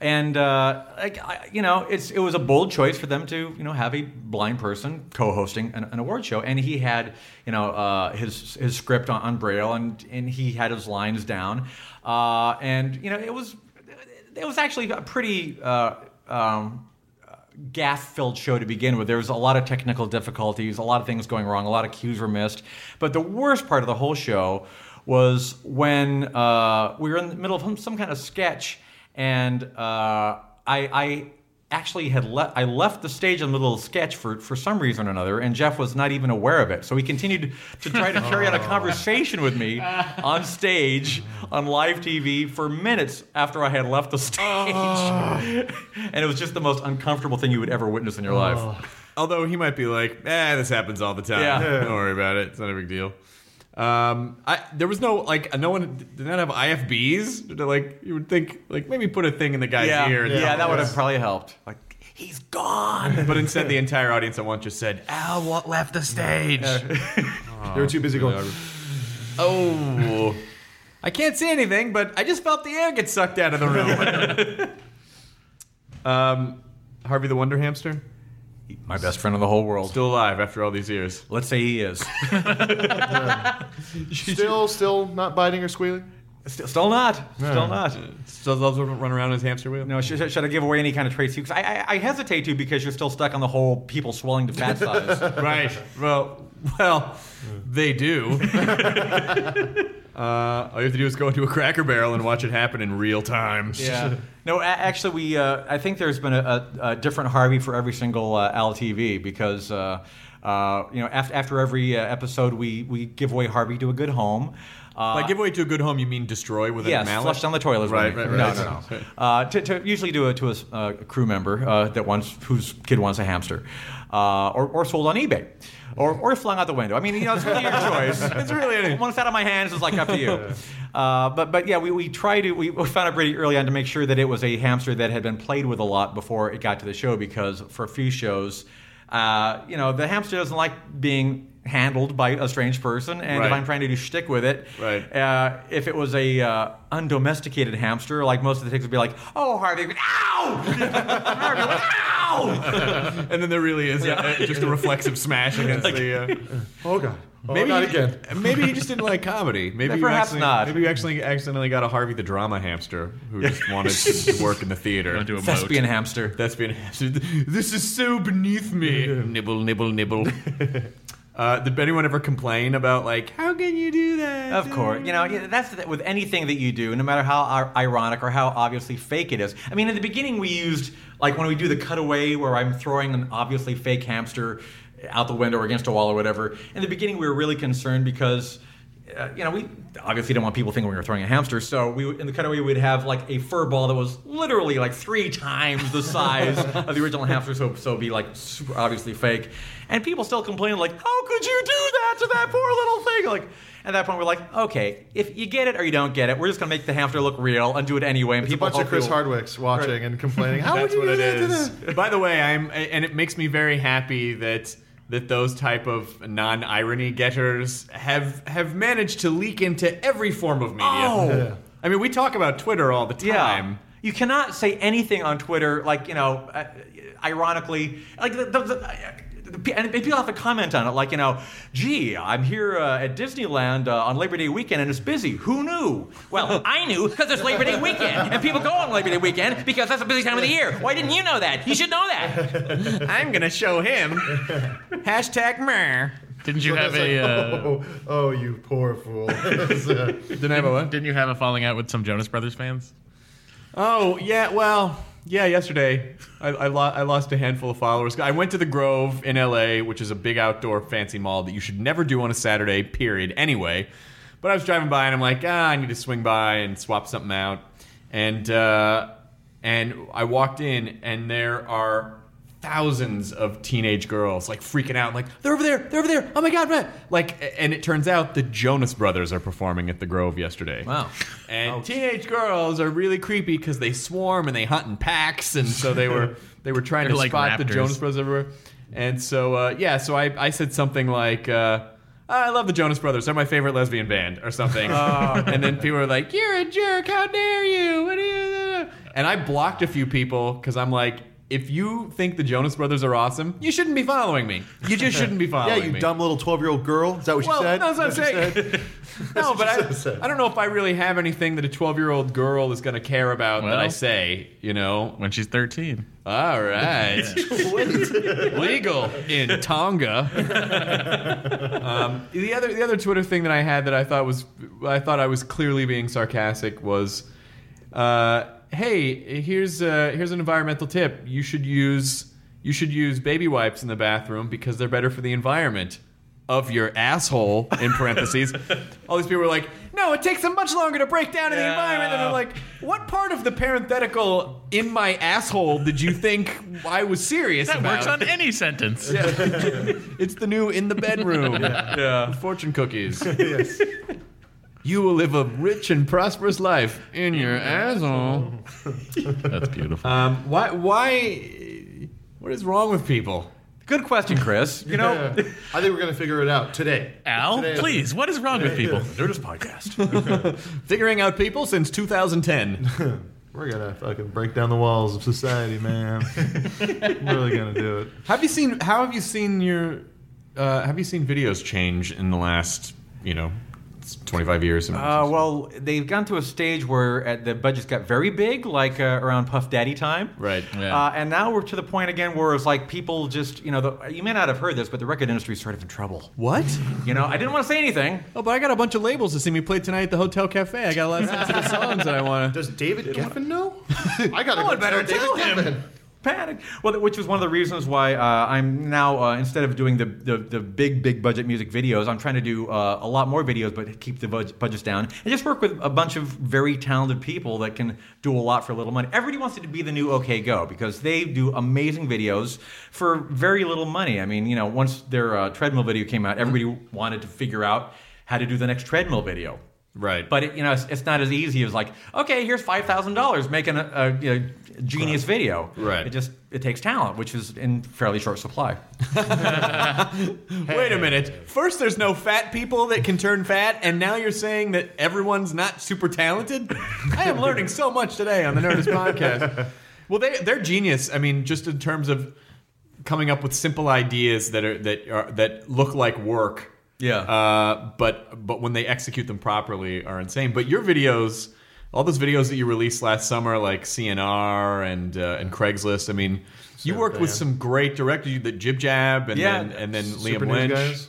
S3: and uh, like I, you know, it's it was a bold choice for them to you know have a blind person co-hosting an, an award show, and he had you know uh, his his script on, on braille, and and he had his lines down, uh, and you know it was it was actually a pretty. Uh, um, gaff filled show to begin with. There was a lot of technical difficulties, a lot of things going wrong, a lot of cues were missed. But the worst part of the whole show was when uh, we were in the middle of some kind of sketch, and uh, I, I actually had left. I left the stage in the middle of the sketch for for some reason or another, and Jeff was not even aware of it. So he continued to try to carry on a conversation with me on stage on live TV for minutes after I had left the stage, and it was just the most uncomfortable thing you would ever witness in your life.
S5: Although he might be like, eh, this happens all the time.
S3: Yeah.
S5: Don't worry about it. It's not a big deal. Um, I there was no like no one did not have IFBs. Did they, like you would think like maybe put a thing in the guy's
S3: yeah,
S5: ear. and-
S3: yeah, that would have probably helped. Like he's gone.
S5: But instead, the entire audience at once just said, "Ah." "Al, what left the stage?"
S2: they were too busy going,
S5: oh, I can't see anything, but I just felt the air get sucked out of the room. um, Harvey the Wonder Hamster?
S3: My best friend in the whole world.
S5: Still alive after all these years.
S3: Let's say he is.
S2: Still, still not biting or squealing.
S3: still, still not. Still not.
S5: Still loves to run around his hamster wheel?
S3: No, should, should I give away any kind of traits to you? Because I, I, I hesitate to because you're still stuck on the whole people swelling to fat size.
S5: Right. Well, well, they do. uh, all you have to do is go into a Cracker Barrel and watch it happen in real time.
S3: Yeah. No, a- actually, we. Uh, I think there's been a, a, a different Harvey for every single uh, Al TV because. Uh, uh, you know, after, after every uh, episode, we, we give away Harvey to a good home. Uh,
S5: By give away to a good home, you mean destroy with
S3: yes,
S5: a mallet?
S3: flushed down the toilet. is
S5: Right,
S3: what we-
S5: right, right.
S3: No, no, no. Uh, to, to usually to a, to a s- uh, crew member uh, that wants whose kid wants a hamster, uh, or, or sold on eBay, or, or flung out the window. I mean, you know, it's really your choice. It's really anything. Once out of my hands, it's like up to you. Uh, but but yeah, we, we tried to we we found out pretty early on to make sure that it was a hamster that had been played with a lot before it got to the show because for a few shows, uh, you know, the hamster doesn't like being handled by a strange person, and if
S5: Right.
S3: I'm trying to do shtick with it,
S5: Right.
S3: uh, if it was a uh, undomesticated hamster, like most of the takes would be like, "Oh, Harvey, ow!" Harvey, ow!
S5: And then there really is uh, just a reflexive smash against the. Uh,
S2: Oh god. Oh,
S5: Maybe
S2: not
S5: he-
S2: again.
S5: Maybe he just didn't like comedy. Maybe you
S3: Perhaps
S5: actually-
S3: not.
S5: Maybe you actually accidentally got a Harvey the drama hamster who just wanted to, to work in the theater.
S4: Gonna do a moat.
S3: Thespian hamster.
S5: That's being This is so beneath me. nibble, nibble, nibble. uh, did anyone ever complain about like how can you do that?
S3: Of course, you know yeah, that's the, with anything that you do, no matter how ir- ironic or how obviously fake it is. I mean, in the beginning, we used like when we do the cutaway where I'm throwing an obviously fake hamster out the window or against a wall or whatever. In the beginning, we were really concerned because. Uh, you know, we obviously didn't want people thinking we were throwing a hamster, so we would- in the cutaway we'd have like a fur ball that was literally like three times the size of the original hamster, so so it'd be like super obviously fake, and people still complain like, "How could you do that to that poor little thing?" Like at that point we're like, "Okay, if you get it or you don't get it, we're just gonna make the hamster look real and do it anyway." And
S2: It's a
S3: people
S2: bunch
S3: hope
S2: of Chris
S3: you'll-
S2: Hardwicks watching and complaining. How would
S5: That's
S2: you
S5: what
S2: do
S5: it
S2: that to
S5: is.
S2: them?
S5: By the way, I'm and it makes me very happy that that those type of non-irony getters have have managed to leak into every form of media.
S3: Oh. Yeah.
S5: I mean, we talk about Twitter all the time.
S3: You cannot say anything on Twitter, like, you know, uh, ironically, like, the, the, the, the- and people have to comment on it, like, you know, gee, I'm here uh, at Disneyland uh, on Labor Day weekend and it's busy. Who knew? Well, I knew because it's Labor Day weekend and people go on Labor Day weekend because that's a busy time of the year. Why didn't you know that? You should know that.
S5: I'm gonna show him. Hashtag mer.
S4: Didn't you have a? Uh,
S2: Oh, oh, you poor fool.
S5: Didn't I have a what?
S4: didn't you have a falling out with some Jonas Brothers fans?
S5: Oh yeah, well yeah. Yesterday, I, I, lo- I lost a handful of followers. I went to the Grove in L.A., which is a big outdoor fancy mall that you should never do on a Saturday. Period. Anyway, but I was driving by and I'm like, ah, I need to swing by and swap something out, and uh, and I walked in and there are thousands of teenage girls like freaking out like they're over there they're over there oh my god man like and it turns out the jonas brothers are performing at the grove yesterday
S3: Wow.
S5: and teenage girls are really creepy because they swarm and they hunt in packs, and so they were they were trying to
S4: They're like
S5: spot the
S4: raptors.
S5: Jonas Brothers everywhere. And so uh, yeah, so I, I said something like, uh, "I love the Jonas Brothers. They're my favorite lesbian band," or something. and then people were like, "You're a jerk! How dare you? What are you?" And I blocked a few people because I'm like. If you think the Jonas Brothers are awesome, you shouldn't be following me. You just shouldn't be
S2: yeah,
S5: following me.
S2: you dumb little twelve-year-old girl. Is that what you
S5: Well,
S2: said?
S5: that's what I'm
S2: Is that you
S5: saying.
S2: said?
S5: No, but
S2: what she said.
S5: I, I don't know if I really have anything that a 12 year old girl is going to care about that I
S4: Well.
S5: say, you know?
S4: When she's 13.
S5: All right. Legal in Tonga. um, the, other, the other Twitter thing that I had that I thought was, I thought I was clearly being sarcastic was uh, hey, here's, uh, here's an environmental tip. You should use. You should use baby wipes in the bathroom because they're better for the environment of your asshole in parentheses. All these people were like, no, it takes them much longer to break down in the
S3: Yeah.
S5: environment. And I'm like, what part of the parenthetical in my asshole did you think I was serious
S4: That
S5: about?
S4: works on any sentence.
S5: It's the new in the bedroom. yeah. Fortune cookies. yes. You will live a rich and prosperous life in your asshole.
S4: That's beautiful.
S5: Um, why? Why? What is wrong with people?
S3: Good question, Chris. You know,
S2: I think we're going to figure it out today.
S4: Al,
S2: Today.
S4: please, what is wrong with people?
S3: Nerdist podcast.
S1: Figuring out people since 2010.
S2: We're going to fucking break down the walls of society, man. I'm really going to do it.
S1: Have you seen? How have you seen your? Uh, have you seen videos change in the last, you know, twenty five years?
S3: Uh, well, they've gone to a stage where uh, the budgets got very big, like uh, around Puff Daddy time.
S1: Right, yeah.
S3: Uh, and now we're to the point again where it's like people just, you know, the, you may not have heard this, but the record industry is sort of in trouble.
S1: what?
S3: You know, I didn't want to say anything.
S1: Oh, but I got a bunch of labels to see me play tonight at the Hotel Cafe. I got a lot of sensitive songs that I want to.
S2: Does David Geffen know? I got to
S3: one better tell him. Panic. Well, which was one of the reasons why uh, I'm now uh, instead of doing the, the the big big budget music videos, I'm trying to do uh, a lot more videos, but keep the budg- budgets down and just work with a bunch of very talented people that can do a lot for little money. Everybody wants to be the new OK Go because they do amazing videos for very little money. I mean, you know, once their uh, treadmill video came out, everybody wanted to figure out how to do the next treadmill video.
S1: Right,
S3: But it, you know, it's, it's not as easy as like, okay, here's five thousand dollars making a, a you know, genius video.
S1: Right.
S3: It just it takes talent, which is in fairly short supply.
S1: Wait a minute. First, there's no fat people that can turn fat, and now you're saying that everyone's not super talented? I am learning so much today on the Nerdist podcast. Well, they, they're genius. I mean, just in terms of coming up with simple ideas that are that are that look like work.
S3: Yeah.
S1: Uh, but but when they execute them properly, are insane. But your videos, all those videos that you released last summer, like CNR and uh, and Craigslist. I mean, you worked with
S2: band.
S1: some great directors. You did Jib Jab, and
S3: Yeah.
S1: then and then Liam
S2: Super News
S1: Lynch.
S2: guys.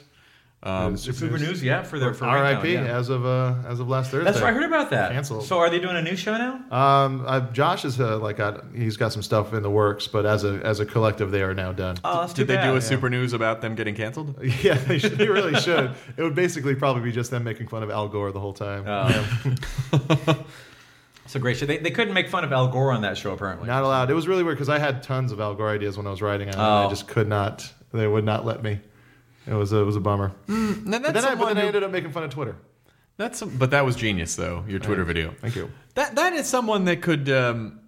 S2: Um,
S3: Super news, yeah, for their for right
S2: R.I.P.
S3: now, yeah.
S2: as of uh, as of last Thursday.
S3: That's right. I heard about that.
S2: Canceled.
S3: So are they doing a new show now?
S2: Um, uh, Josh is uh, like got, he's got some stuff in the works, but as a as a collective, they are now done.
S3: oh, that's too
S1: Did they
S3: bad.
S1: do a super news about them getting canceled?
S2: Yeah, they, should, they really should. It would basically probably be just them making fun of Al Gore the whole time.
S3: Oh. So great show. They, they couldn't make fun of Al Gore on that show apparently.
S2: Not allowed. It was really weird because I had tons of Al Gore ideas when I was writing on it. and I
S3: Oh.
S2: just could not. They would not let me. It was a, it was a bummer.
S1: No,
S2: But
S1: that's
S2: then, I, but
S1: someone
S2: then I
S1: who-
S2: ended up making fun of Twitter.
S1: that's some- but that was genius though. Your Twitter video.
S2: Thank you.
S1: That that is someone that could. Um,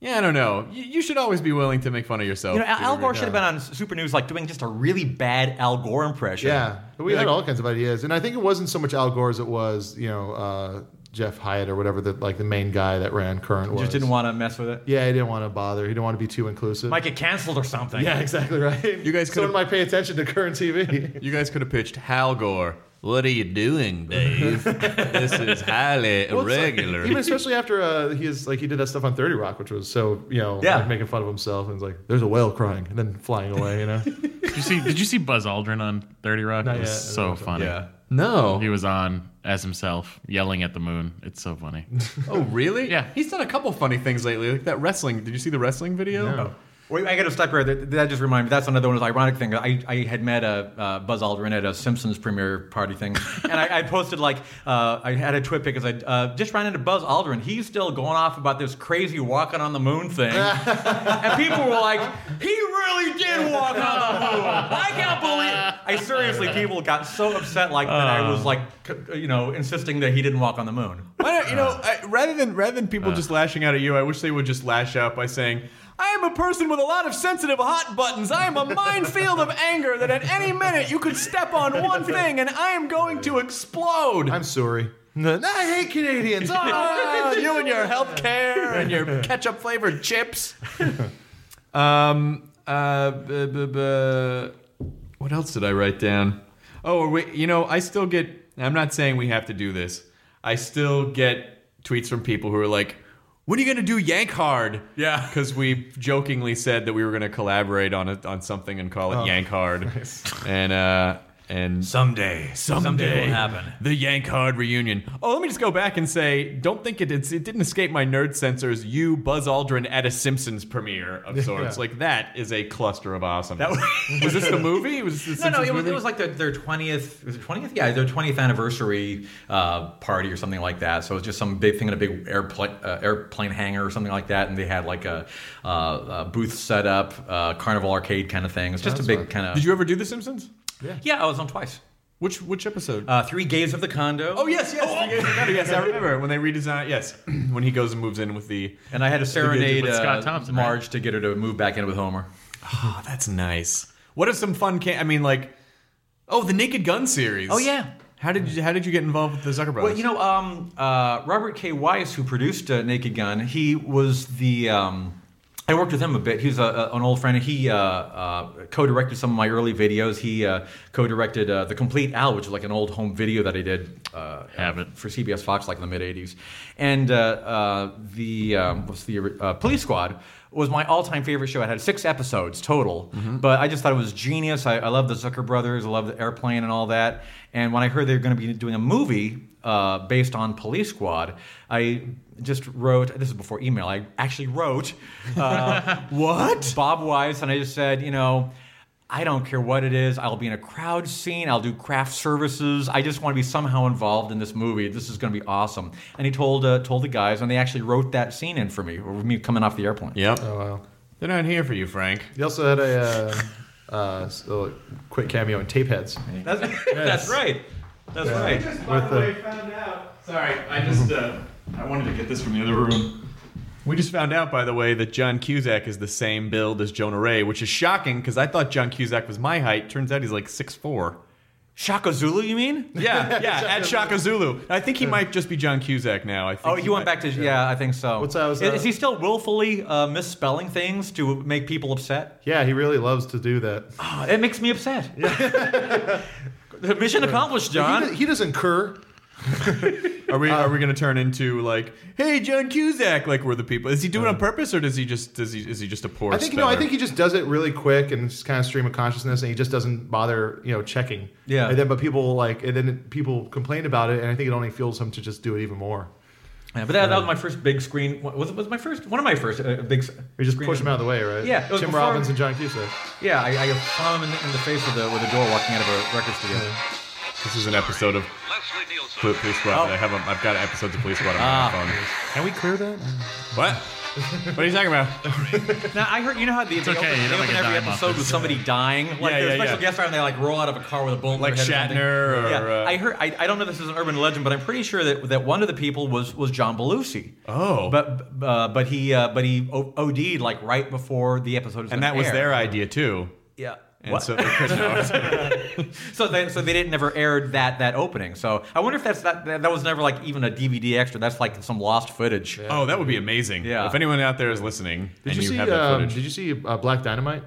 S1: yeah, I don't know. You, you should always be willing to make fun of yourself.
S3: You know, Al, Al
S1: Peter.
S3: Gore should have been on Super News, like doing just a really bad Al Gore impression.
S2: Yeah, we
S1: Yeah,
S2: had
S1: like-
S2: all kinds of ideas, and I think it wasn't so much Al Gore as it was, you know, uh, Jeff Hyatt or whatever that like the main guy that ran Current was.
S3: just didn't want to mess with it.
S2: Yeah, he didn't want to bother. He didn't want to be too inclusive.
S3: Might get canceled or something.
S2: yeah, exactly right.
S1: You guys could've-
S2: someone might pay attention to Current TV.
S1: You guys could have pitched Hal Gore. What are you doing, Dave? this is highly irregular.
S2: Even especially after uh, he is like he did that stuff on Thirty Rock, which was so you know
S3: Yeah.
S2: like, making fun of himself and it's like there's a whale crying and then flying away, you know.
S4: Did you see? Did you see Buzz Aldrin on Thirty Rock?
S2: Not
S4: it was
S2: yet.
S4: so funny.
S3: Yeah.
S4: He
S1: no.
S4: was on as himself, yelling at the moon. It's so funny.
S1: Oh, really?
S4: Yeah.
S1: He's done a couple funny things lately, like that wrestling. Did you see the wrestling video?
S3: Wait, I got to stop right there. That that just reminded me. That's another one of the ironic thing. I, I had met a uh, Buzz Aldrin at a Simpsons premiere party thing, and I, I posted like uh, I had a twit because I uh, just ran into Buzz Aldrin. He's still going off about this crazy walking on the moon thing, and people were like, "He really did walk on the moon! I can't believe!" I seriously, people got so upset like that. I was like, c- you know, insisting that he didn't walk on the moon.
S1: Why don't you
S2: Uh.
S1: know? I, rather than rather than people just lashing out at you, I wish they would just lash out by saying, "I am a person with a lot of sensitive hot buttons. I am a minefield of anger that at any minute you could step on one thing and I am going to explode."
S2: I'm sorry. No, I hate Canadians.
S1: Ah, you and your health care and your ketchup flavored chips. Um, uh, bu- bu- bu- what else did I write down? Oh, are we, you know, I still get, I'm not saying we have to do this. I still get tweets from people who are like, when are you going to do Yank Hard?
S3: Yeah.
S1: Because we jokingly said that we were going to collaborate on it, on something and call it Yank Hard. And, uh, and
S3: Someday, someday, someday will happen.
S1: the Yank Hard reunion. Oh, let me just go back and say, don't think it it's, it didn't escape my nerd sensors. You Buzz Aldrin at a Simpsons premiere of sorts. Like that is a cluster of awesome.
S3: That was-
S1: was this the movie? Was this the
S3: No, no,
S1: Simpsons
S3: it was, it
S1: movie?
S3: was like their, their 20th, was it 20th? Yeah, their 20th anniversary uh, party or something like that. So it was just some big thing in a big airplane, uh, airplane hangar or something like that. And they had like a, uh, a booth set up, uh, carnival arcade kind of thing. It's just a big kind of.
S1: Did you ever do the Simpsons?
S3: yeah, I was on twice.
S1: Which which episode?
S3: Uh, Three Gays of the Condo.
S1: oh yes, yes, The Gays of Thunder, yes. I remember when they redesigned. Yes, when he goes and moves in with the.
S3: And I had to
S1: Gays
S3: serenade
S4: with Scott
S3: uh,
S4: Thompson, right?
S3: Marge to get her to move back in with Homer.
S1: Oh, that's nice. What are some fun? Ca- I mean, like, oh, the Naked Gun series.
S3: Oh, yeah.
S1: How did you How did you get involved with the Zucker Brothers?
S3: Well, you know, um, uh, Robert K. Weiss, who produced uh, Naked Gun, he was the. Um, I worked with him a bit. He's a, a- an old friend. He uh, uh, co-directed some of my early videos. He uh, co-directed uh, the Complete Al, which is like an old home video that I did uh,
S4: Haven't.
S3: for CBS Fox, like in the mid '80s. And uh, uh, the um, what's the uh, Police Squad was my all-time favorite show. It had six episodes total, but I just thought it was genius. I, I love the Zucker brothers. I love the airplane and all that. And when I heard they were going to be doing a movie uh, based on Police Squad, I just wrote. This is before email. I actually wrote. Uh, what? Bob Weiss, and I just said, you know. I don't care what it is. I'll be in a crowd scene. I'll do craft services. I just want to be somehow involved in this movie. This is going to be awesome. And he told uh, told the guys, and they actually wrote that scene in for me, or me coming off the airplane.
S1: yep.
S2: Oh, wow.
S1: They're not here for you, Frank.
S2: He also had a uh, uh, so quick cameo in Tapeheads.
S3: That's, that's right. That's right.
S2: by With the way,
S1: found out. Sorry, I just uh, I wanted to get this from the other room. We just found out, by the way, that John Cusack is the same build as Jonah Ray, which is shocking because I thought John Cusack was my height. Turns out he's like six four.
S3: Shaka Zulu, you mean?
S1: Yeah, yeah, at Shaka Zulu. I think he might just be John Cusack now. I think
S3: Oh, he went back to yeah, I think so.
S2: What's that- was
S3: Is-
S2: that-
S3: is he still willfully uh, misspelling things to make people upset?
S2: Yeah, he really loves to do that.
S3: Oh, it makes me upset. Mission accomplished, John.
S2: He, he doesn't cur.
S1: Are we
S2: Um,
S1: are we going to turn into like, hey, John Cusack? Like we're the people. Is he doing it on purpose or does he just does he is he just a poor?
S2: Um, I think no. I think he just does it really quick and it's kind of stream of consciousness, and he just doesn't bother, you know, checking.
S3: Yeah.
S2: And then, but people like, and then people complain about it, and I think it only fuels him to just do it even more.
S3: Yeah, but that, that was my first big screen. Was was my first one of my first uh, big. s-
S2: We just
S3: screen-
S2: push him out of the way, right?
S3: Yeah, it was
S2: Tim
S3: before-
S2: Robbins and John Cusack.
S3: Yeah, I, I found him in the, in the face with a with a door walking out of a record studio.
S1: this is an episode of
S6: Leslie Nielsen.
S1: Pol- Police Squad.
S2: Oh.
S1: that I have a, I've got episodes of Police Squad on my
S2: Ah.
S1: phone.
S2: Can we clear that?
S1: What? what are you talking about?
S3: Now I heard you know how the, they
S4: okay,
S3: open, they
S4: you don't
S3: open
S4: make a
S3: every
S4: dime off
S3: episode
S4: this.
S3: with somebody dying. Like
S1: Yeah,
S3: there's
S1: yeah,
S3: a special
S1: yeah.
S3: guest star and they like roll out of a car with a bullet. in
S1: Like
S3: their head or
S1: Shatner
S3: something.
S1: or,
S3: yeah,
S1: uh,
S3: I heard. I, I don't know if this is an urban legend, but I'm pretty sure that that one of the people was was John Belushi.
S1: Oh.
S3: but uh, but he uh, but he o- OD'd like right before the episode. Was
S1: And
S3: gonna
S1: that was
S3: air.
S1: their idea too.
S3: Yeah.
S1: And
S3: What?
S1: so no,
S3: So they so they didn't never aired that that opening. So I wonder if that's that that that was never like even a DVD extra. That's like some lost footage.
S1: oh, that would be amazing.
S3: Yeah.
S1: If anyone out there is listening
S2: Did
S1: and
S2: you,
S1: you,
S2: see?
S1: have that
S2: um,
S1: footage,
S2: did you see uh, Black Dynamite?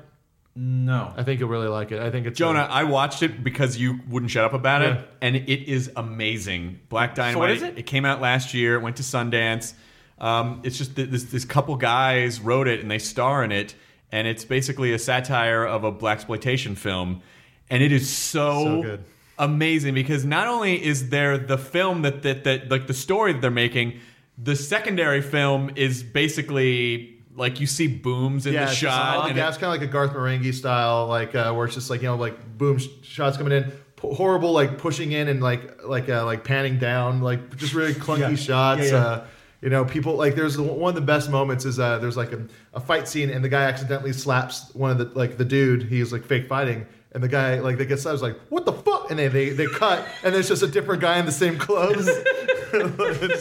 S3: No.
S2: I think you'll really like it. I think it's
S1: Jonah, I watched it because you wouldn't shut up about
S2: Yeah.
S1: it, and it is amazing. Black Dynamite.
S3: what is it?
S1: came out last year. It went to Sundance. Um, it's just that this this couple guys wrote it and they star in it, and it's basically a satire of a black exploitation film, and it is so.
S2: So good.
S1: Amazing because not only is there the film that, that that like the story that they're making, the secondary film is basically like you see booms in
S2: yeah,
S1: the
S2: it's just
S1: shot.
S2: all-
S1: and it-
S2: yeah, it's kind of like a Garth Marenghi style, like uh, where it's just like you know, like boom, sh- shots coming in, p- horrible, like pushing in and like like uh, like panning down, like just really clunky shots.
S3: yeah.
S2: Uh, you know, people like there's the- one of the best moments is uh, there's like a, a fight scene and the guy accidentally slaps one of the like the dude he's like fake fighting. And the guy, like, they get slapped, is like, what the fuck? And they, they, they cut, and it's just a different guy in the same clothes. There's-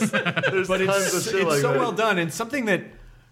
S2: there's
S1: but
S2: tons
S1: it's,
S2: of
S1: it's
S2: shit like
S1: so
S2: that.
S1: well done and something that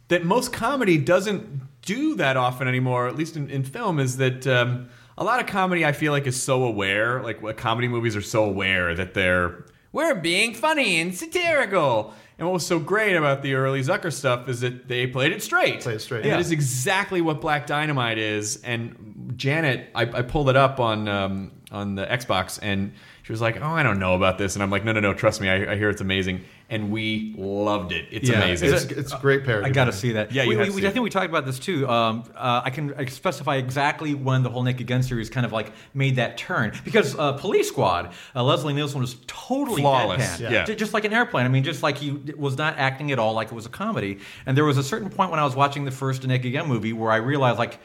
S1: that most comedy doesn't do that often anymore at least in, in film is that um, a lot of comedy i feel like is so aware like what comedy movies are so aware that they're we're being funny and satirical and what was so great about the early zucker stuff is that they played it straight
S2: Played it straight.
S1: And
S2: Yeah.
S1: that is exactly what black dynamite is and janet i, I pulled it up on um, on the xbox and she was like oh i don't know about this and i'm like no no no trust me i, I hear it's amazing and we loved it it's
S3: Yeah.
S1: amazing
S2: It's, it's a great parody.
S3: I got to see that.
S1: Yeah, you
S3: we,
S1: have
S3: we-
S1: to
S3: we-
S1: see
S3: I think we talked about this too. Um, uh, I can I can specify exactly when the whole Naked Gun series kind of like made that turn because uh, Police Squad, uh, Leslie Nielsen was totally
S1: Flawless,
S3: deadpan.
S1: yeah.
S3: J- just like an airplane. I mean, just like he d- was not acting at all like it was a comedy. And there was a certain point when I was watching the first Naked Gun movie where I realized like.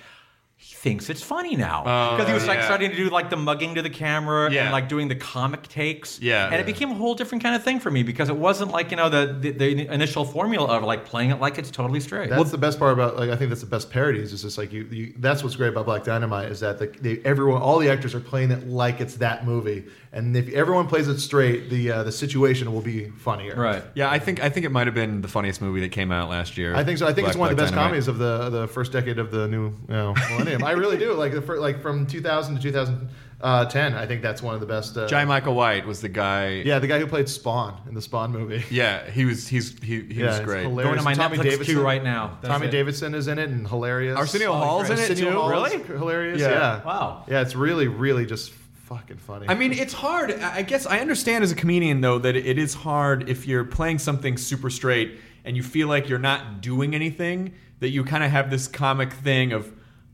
S3: He thinks it's funny now because he was like
S1: Oh, yeah.
S3: starting to do like the mugging to the camera
S1: Yeah.
S3: and like doing the comic takes.
S1: Yeah.
S3: and it became a whole different kind of thing for me because it wasn't like you know the the, the initial formula of like playing it like it's totally straight.
S2: That's the best part about like I think that's the best parodies. Is just like you, you that's what's great about Black Dynamite is that like they, everyone, all the actors are playing it like it's that movie, and if everyone plays it straight, the uh, the situation will be funnier.
S3: right.
S1: yeah i think i think it might have been the funniest movie that came out last year
S2: I think so. I think it's
S1: Black-
S2: one of the
S1: Black
S2: best
S1: Dynamite.
S2: comedies of the the first decade of the new you know, millennium. premium. I really do. Like the fir- like from 2000 to 2010, I think that's one of the best. Uh,
S1: Jai Michael White was the guy.
S2: yeah, the guy who played Spawn in the Spawn movie.
S1: Yeah, he was. He's he. He
S2: Yeah,
S1: was
S2: it's
S1: great.
S2: hilarious.
S3: Going to my
S2: Tommy
S3: Netflix
S2: Davidson.
S3: queue right now. That's
S2: Tommy
S3: it. Oh,
S2: Davidson is in it and hilarious.
S1: Arsenio Hall's in it
S2: Arsenio
S1: too.
S2: Hall is
S1: Really?
S2: hilarious.
S1: Yeah.
S2: Yeah.
S3: Wow.
S2: Yeah, it's really, really just fucking funny.
S1: I mean, it's hard. I I guess I understand as a comedian though that it is hard if you're playing something super straight and you feel like you're not doing anything. That you kind of have this comic thing of,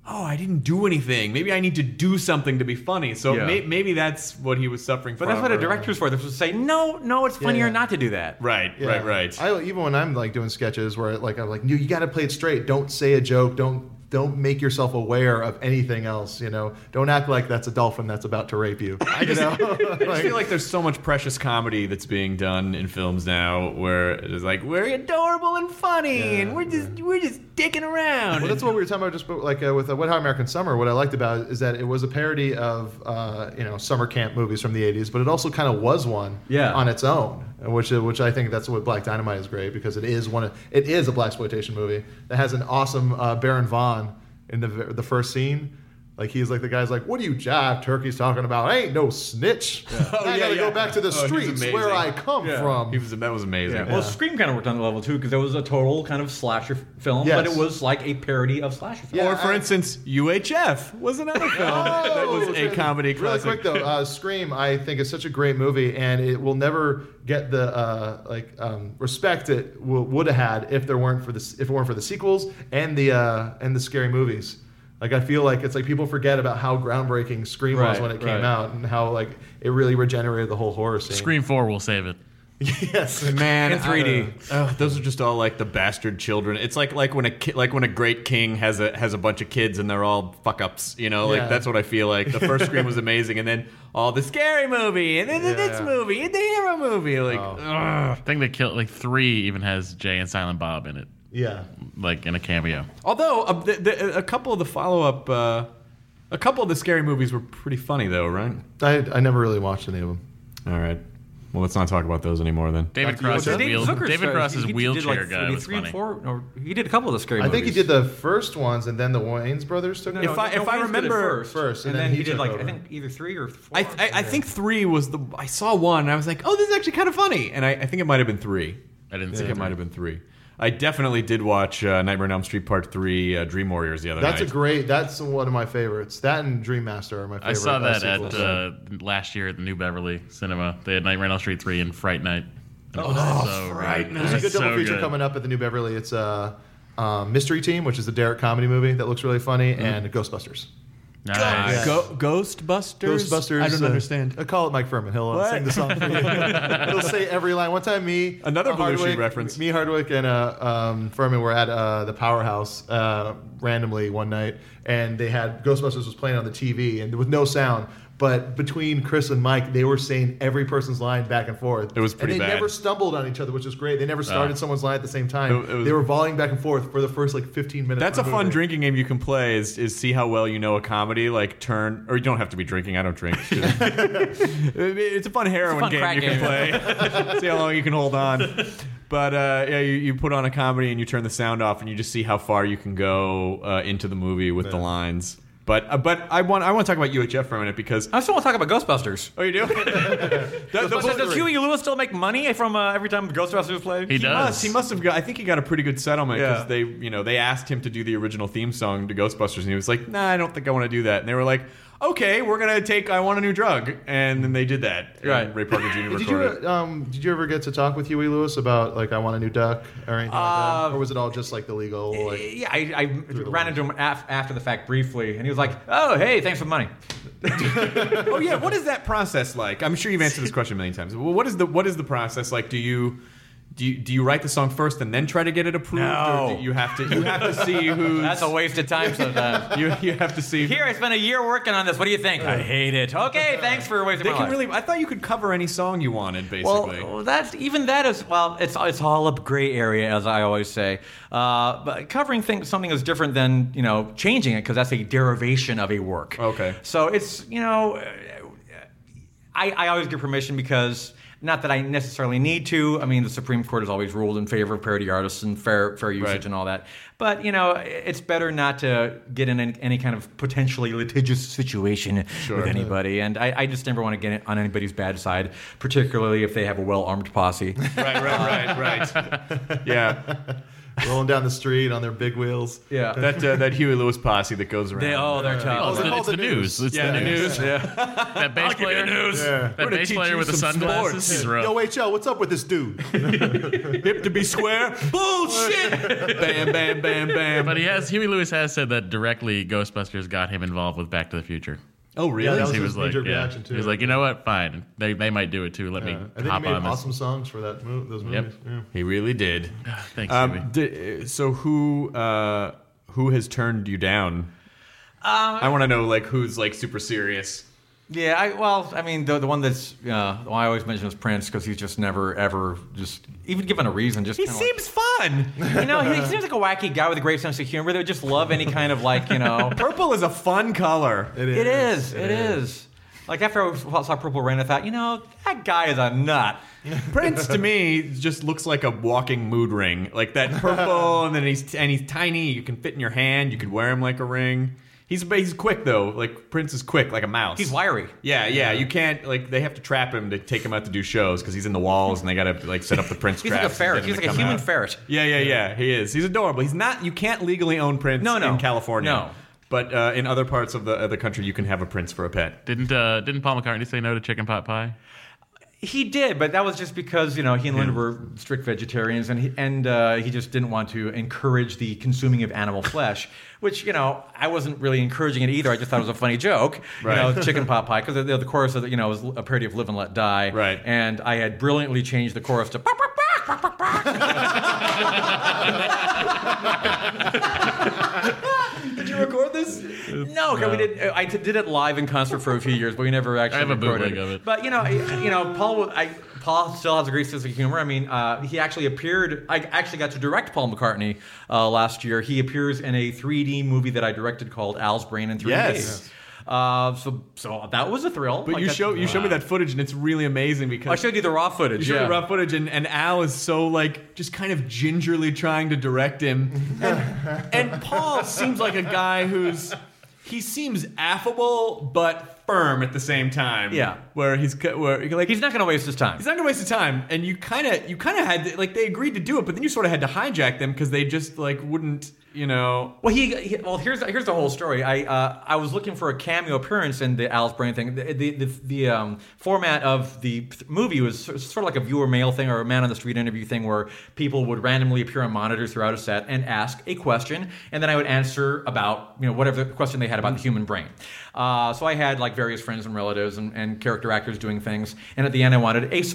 S1: oh, I didn't do anything. Maybe I need to do something to be funny. So
S3: Yeah.
S1: may, maybe that's what he was suffering
S3: But
S1: from.
S3: that's what a
S1: or-
S3: director's for. They're supposed to say, no, no, it's funnier
S2: yeah.
S3: not to do that.
S1: Right.
S2: Yeah.
S1: Right. Right.
S2: I even when I'm like doing sketches where like I'm like, you, you got to play it straight. Don't say a joke. Don't don't make yourself aware of anything else. You know, don't act like that's a dolphin that's about to rape you. I just,
S1: I just feel like there's so much precious comedy that's being done in films now, where it's like we're adorable and funny, and we're just we're just dicking around.
S2: Well, that's what we were talking about just before, like uh, with uh, Wet Hot American Summer. What I liked about it is that it was a parody of uh, you know summer camp movies from the '80s, but it also kind of was one
S3: Yeah.
S2: on its own, which uh, which I think that's what Black Dynamite is great because it is one of, it is a black exploitation movie that has an awesome uh, Baron Vaughn in the the first scene. Like he's like the guy's like, what do you jive turkeys talking about? I ain't no snitch. I
S1: yeah,
S2: gotta
S1: yeah.
S2: go back to
S1: Oh,
S2: the
S1: he's
S2: streets where
S1: amazing.
S2: I come from.
S1: He was that was amazing.
S3: Well, Scream kind of worked on the level too because it was a total kind of slasher f- film, but
S2: Yes.
S3: it was like a parody of slasher film.
S2: Yeah,
S1: or for
S2: I- Oh,
S1: instance, UHF was another film that was a comedy
S2: Really
S1: classic.
S2: quick though, uh, Scream I think is such a great movie, and it will never get the uh, like um, respect it w- would have had if there weren't for the s- if it weren't for the sequels and the uh, and the scary movies. Like I feel like it's like people forget about how groundbreaking Scream was
S3: Right,
S2: when it came
S3: right.
S2: out, and how like it really regenerated the whole horror scene.
S4: Scream Four will save it.
S2: yes,
S1: Man,
S3: In 3D.
S1: I- oh, those are just all like the bastard children. It's like like when a ki- like when a great king has a has a bunch of kids and they're all fuck ups. You know, like
S2: Yeah.
S1: that's what I feel like. The first screen was amazing, and then all the scary movie, and then the this
S2: Yeah. Oh.
S1: movie, and the hero movie. Like, uh,
S4: I think they killed like three. Even has Jay and Silent Bob in it,
S2: yeah.
S4: like in a cameo.
S2: Oh,
S1: although uh, the, the, a couple of the follow up, uh, a couple of the scary movies were pretty funny though, right?
S2: I I never really watched any of them.
S1: All right. Well, let's not talk about those anymore then.
S4: David
S3: Well,
S4: Cross's
S3: David
S4: wheel,
S3: Zucker's-
S4: David
S3: uh,
S4: Cross's
S3: he- he did,
S4: wheelchair
S3: like,
S4: guy
S3: maybe
S4: was
S3: three and
S4: funny.
S3: four- no, he did a couple of the scary
S2: I
S3: movies.
S2: think he did the first ones, and then the Wayne's brothers took. it.
S1: If I- if I
S3: Wayans did it
S1: remember-
S3: first,
S2: first,
S3: and, then, he, did
S2: took
S3: like I
S2: over.
S3: think either three or four.
S1: I, I, I think three was the. I saw one and I was like, oh, this is actually kind of funny. And I, I think it might have been three.
S4: I didn't
S1: I
S4: see
S1: think
S4: it.
S1: it might have been three. I definitely did watch uh, Nightmare on Elm Street Part 3 uh, Dream Warriors the other
S2: That's
S1: night.
S2: a great. That's one of my favorites. That and Dream Master are my favorite.
S4: I saw
S2: uh,
S4: that
S2: sequels.
S4: at uh, last year at the New Beverly Cinema. They had Nightmare on Elm Street three and Fright Night. And it was so
S1: Fright
S4: good.
S1: Night.
S4: It was
S2: Oh, There's a good double
S4: so
S2: feature
S4: good.
S2: coming up at the New Beverly. It's uh, um, Mystery Team, which is the Derek comedy movie that looks really funny,
S4: Mm-hmm.
S2: and Ghostbusters.
S4: Nice.
S1: Go- Ghostbusters?
S2: Ghostbusters.
S1: I don't
S2: uh,
S1: understand.
S2: I call it Mike Furman. He'll uh,
S1: What?
S2: sing the song for you. He'll say every line. One time, me
S1: Another
S2: uh,
S1: Belushi
S2: Hardwick-
S1: reference.
S2: Me Hardwick and uh, um, Furman were at uh, the Powerhouse uh, randomly one night, and they had Ghostbusters was playing on the TV and with no sound. But between Chris and Mike, they were saying every person's line back and forth.
S1: It was pretty
S2: And they
S1: bad.
S2: never stumbled on each other, which is great. They never started someone's line at the same time.
S1: It- it was-
S2: they were volleying back and forth for the first like 15 minutes.
S1: That's a
S2: of the
S1: fun
S2: movie.
S1: drinking game you can play is, is see how well you know a comedy. Like turn, or you don't have to be drinking. I don't drink. it's a fun heroin
S3: fun
S1: game
S3: crack
S1: you can play. see how long you can hold on. But uh, yeah, you, you put on a comedy and you turn the sound off and you just see how far you can go uh, into the movie with the lines. But uh, but I want I want to talk about UHF for a minute because
S3: I still want to talk about Ghostbusters.
S1: oh you do. That-
S3: Does,
S1: the-
S3: does Huey Lewis still make money from uh, every time Ghostbusters play?
S4: He
S1: He
S4: does.
S1: must. He must have got. I think he got a pretty good settlement because
S3: Yeah.
S1: they, you know, they asked him to do the original theme song to Ghostbusters, and he was like, "Nah, I don't think I want to do that." And they were like, "Okay, we're gonna take I Want a New Drug," and then they did that. And
S3: Right.
S1: Ray Parker Jr.
S2: Did
S1: recorded. it.
S2: you um, did you ever get to talk with Huey Lewis about like I want a new duck or anything like that, or was it all just like the legal? Like,
S3: Yeah, I, I ran into him af- after the fact briefly, and he was like, "Oh, hey, thanks for the money."
S1: oh yeah, what is that process like? I'm sure you've answered this question a million times. Well, what is the what is the process like? Do you do you, do you write the song first and then try to get it approved?
S3: No.
S1: Or do you have to you have to see who's
S3: That's a waste of time sometimes.
S1: you, you have to see
S3: Here, I spent a year working on this. What do you think? I hate it. Okay, thanks for wasting
S1: They
S3: my
S1: can
S3: life.
S1: really. I thought you could cover any song you wanted, basically.
S3: Well, that's even that is well, it's it's all a gray area, as I always say. Uh, but covering things something is different than you know changing it because that's a derivation of a work.
S1: Okay.
S3: So it's you know, I I always give permission because. Not that I necessarily need to. I mean, the Supreme Court has always ruled in favor of parody artists and fair fair usage
S1: Right.
S3: and all that. But you know, it's better not to get in any, any kind of potentially litigious situation with anybody. And I, I just never want to get on anybody's bad side, particularly if they have a well armed posse.
S1: Right, right, right, right. Yeah,
S2: rolling down the street on their big wheels.
S3: yeah.
S1: that uh, that Huey Lewis posse that goes around.
S3: they, oh, they're
S4: Oh,
S3: tough.
S4: it's,
S2: they
S4: the,
S2: call
S4: it's
S2: the
S4: the news.
S2: news.
S4: It's
S1: yeah,
S4: the
S1: the
S4: news.
S1: news. Yeah.
S4: That bass player. News. That
S1: gonna
S4: bass
S1: teach
S4: player
S1: you
S4: with the
S1: some
S4: sunglasses.
S1: sports.
S4: He's rough.
S2: Yo, HL, what's up with this dude?
S1: Hip to be square. Bullshit. bam, bam, bam, bam.
S4: But he has Huey Lewis has said that directly Ghostbusters got him involved with Back to the Future.
S1: oh, really?
S2: that was
S4: he
S2: his
S4: was like,
S2: knee-jerk
S4: yeah.
S2: reaction to
S4: he was
S2: it.
S4: like, you know what? Fine. They they might do it too. Let me
S2: I think he
S4: hop
S2: made
S4: on
S2: awesome songs for that mo- those
S4: Yep.
S2: movies. Yeah.
S1: he really did.
S4: this. Thanks, Huey.
S1: Um, di- so who uh, who has turned you down?
S3: Uh,
S1: I want to know like who's like super serious.
S3: Yeah, I, well, I mean, the, the one that's uh, the one I always mention is Prince because he's just never ever just even given a reason. Just kinda like-
S1: fun.
S3: you know, he seems like a wacky guy with a great sense of humor. They would just love any kind of like, you know,
S1: Purple is a fun color.
S3: it is, it is. Like after I saw Purple Rain, I thought, you know, that guy is a nut.
S1: Prince to me just looks like a walking mood ring, like that purple, and then he's and he's tiny. You can fit in your hand. You could wear him like a ring. He's he's quick though. Like Prince is quick, like a mouse.
S3: He's wiry.
S1: Yeah, yeah. You can't like they have to trap him to take him out to do shows because he's in the walls and they gotta like set up the Prince.
S3: He's like
S1: traps
S3: a
S1: and
S3: ferret.
S1: get him
S3: He's
S1: to
S3: like
S1: come
S3: a human
S1: out.
S3: ferret.
S1: Yeah, yeah, yeah. He is. He's adorable. He's not. You can't legally own Prince
S3: No, no.
S1: in California.
S3: No.
S1: But uh, in other parts of the of the country, you can have a Prince for a pet.
S4: didn't uh, didn't Paul McCartney say no to chicken pot pie?
S3: He did, but that was just because you know he and Linda were strict vegetarians, and he, and uh, he just didn't want to encourage the consuming of animal flesh. Which you know I wasn't really encouraging it either. I just thought it was a funny joke, you know,
S1: Right.
S3: chicken pot pie, because the, the chorus of the, you know was a parody of "Live and Let Die,"
S1: Right.
S3: And I had brilliantly changed the chorus to. Did you record this? No, 'cause we did. I did it live in concert for a few years, but we never actually.
S4: I have a
S3: recorded
S4: bootleg of it.
S3: But you know, I- you know, Paul. was- I, Paul still has a great sense of humor. I mean, uh, he actually appeared. I actually got to direct Paul McCartney uh, last year. He appears in a 3D movie that I directed called Al's Brain in 3D.
S1: Yes.
S3: Uh, so, so that was a thrill.
S1: But
S3: Like,
S1: you
S3: that's-
S1: show you show me
S3: Wow.
S1: that footage, and it's really amazing because
S3: I showed you the raw footage.
S1: You showed
S3: yeah.
S1: me raw footage, and, and Al is so like just kind of gingerly trying to direct him, and, and Paul seems like a guy who's he seems affable but firm at the same time.
S3: Yeah.
S1: where he's co- where like
S3: He's not going to waste his time.
S1: He's not gonna waste his time, and you kind of you kind of had to, like they agreed to do it, but then you sort of had to hijack them because they just like wouldn't you know.
S3: Well, he, he well here's here's the whole story. I uh, I was looking for a cameo appearance in the Alice Brain thing. The the, the, the um, format of the th- movie was sor- sort of like a viewer mail thing or a man on the street interview thing, where people would randomly appear on monitors throughout a set and ask a question, and then I would answer about you know whatever the question they had about the human brain. Uh, so I had like various friends and relatives and, and character actors doing things, and at the end I wanted a s-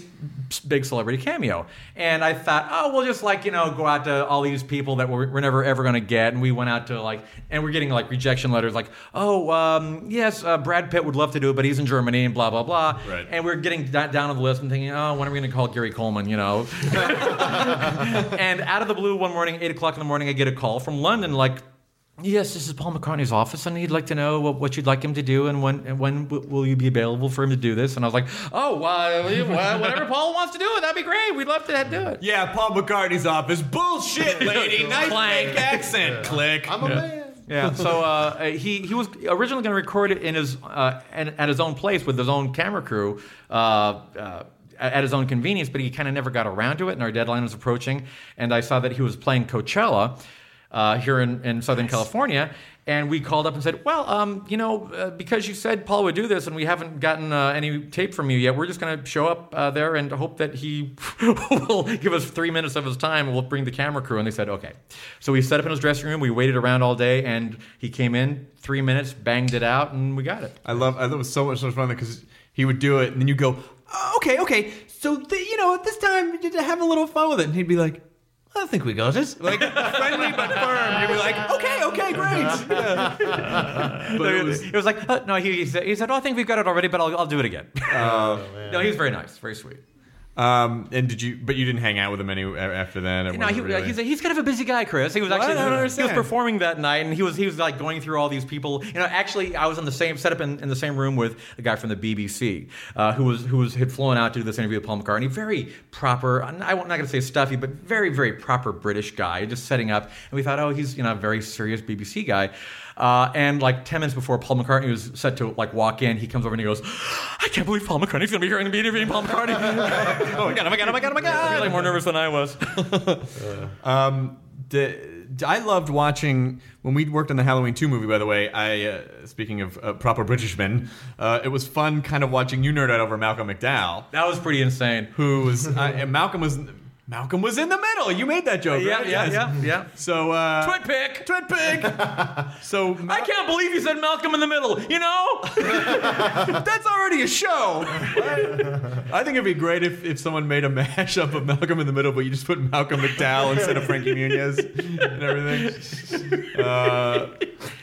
S3: s- big celebrity cameo, and I thought, oh, we'll just like you know go out to all these people that we're, we're never ever going to get, and we went out to like, and we're getting like rejection letters, like, oh, um, yes, uh, Brad Pitt would love to do it, but he's in Germany and blah blah blah,
S1: Right.
S3: and we're getting da- down on the list and thinking, oh, when are we going to call Gary Coleman, you know? and out of the blue, one morning, eight o'clock in the morning, I get a call from London, like. Yes, this is Paul McCartney's office, and he'd like to know what, what you'd like him to do, and when and when w- will you be available for him to do this? And I was like, oh, uh, well, whatever Paul wants to do, it that'd be great. We'd love to do it.
S1: Yeah, Paul McCartney's office. Bullshit, lady. nice
S4: Clang.
S1: fake accent. Click.
S2: I'm a man.
S3: Yeah. So uh, he he was originally going to record it in his uh, in, at his own place with his own camera crew. Uh, uh, at at his own convenience, but he kind of never got around to it, and our deadline was approaching. And I saw that he was playing Coachella uh, here in, in Southern California, and we called up and said, "Well, um, you know, uh, because you said Paul would do this, and we haven't gotten uh, any tape from you yet, we're just going to show up uh, there and hope that he will give us three minutes of his time, and we'll bring the camera crew." And they said, "Okay." So we set up in his dressing room. We waited around all day, and he came in three minutes, banged it out, and we got it.
S1: I love. I thought it was so much so much fun because he would do it, and then you go, "Oh, "Okay, okay." So the, you know, this time you did have a little fun with it, and he'd be like, "I think we got it." Like friendly but firm. You'd be like, "Okay, okay, great." Yeah. But it was,
S3: It was like, uh, no, he, he said, he said, oh, I think we've got it already, but I'll, I'll do it again. no, he was very nice, very sweet.
S1: Um, and did you? But you didn't hang out with him any after then. It
S3: No, he,
S1: wasn't really-
S3: he's, he's kind of a busy guy, Chris. He was
S1: Well, I
S3: actually
S1: don't
S3: he was
S1: understand.
S3: performing that night, and he was he was like going through all these people. You know, actually, I was in the same set up in, in the same room with a guy from the BBC uh, who was who was had flown out to do this interview with Paul McCartney. Very proper. I'm not going to say stuffy, but very very proper British guy, just setting up. And we thought, oh, he's you know a very serious BBC guy. Uh, and like ten minutes before Paul McCartney was set to like walk in, he comes over and he goes, "I can't believe Paul McCartney's going to be here and be interviewing Paul McCartney." oh my god! Oh my god! Oh my god! Oh my god! He was like more nervous than I was.
S1: the, Um, I loved watching when we worked on the Halloween two movie. By the way, I uh, speaking of uh, proper Britishmen, uh, it was fun kind of watching you nerd out over Malcolm McDowell,
S3: That was pretty insane.
S1: who was I, and Malcolm was Malcolm was in the middle. You made that joke,
S3: Yeah,
S1: right?
S3: yeah, yeah, yeah.
S1: So uh,
S3: Twit pick.
S1: Twit pig. so
S3: I can't believe you said Malcolm in the Middle. You know,
S1: That's already a show. I think it'd be great if, if someone made a mashup of Malcolm in the Middle, but you just put Malcolm McDowell instead of Frankie Muniz and everything. Uh,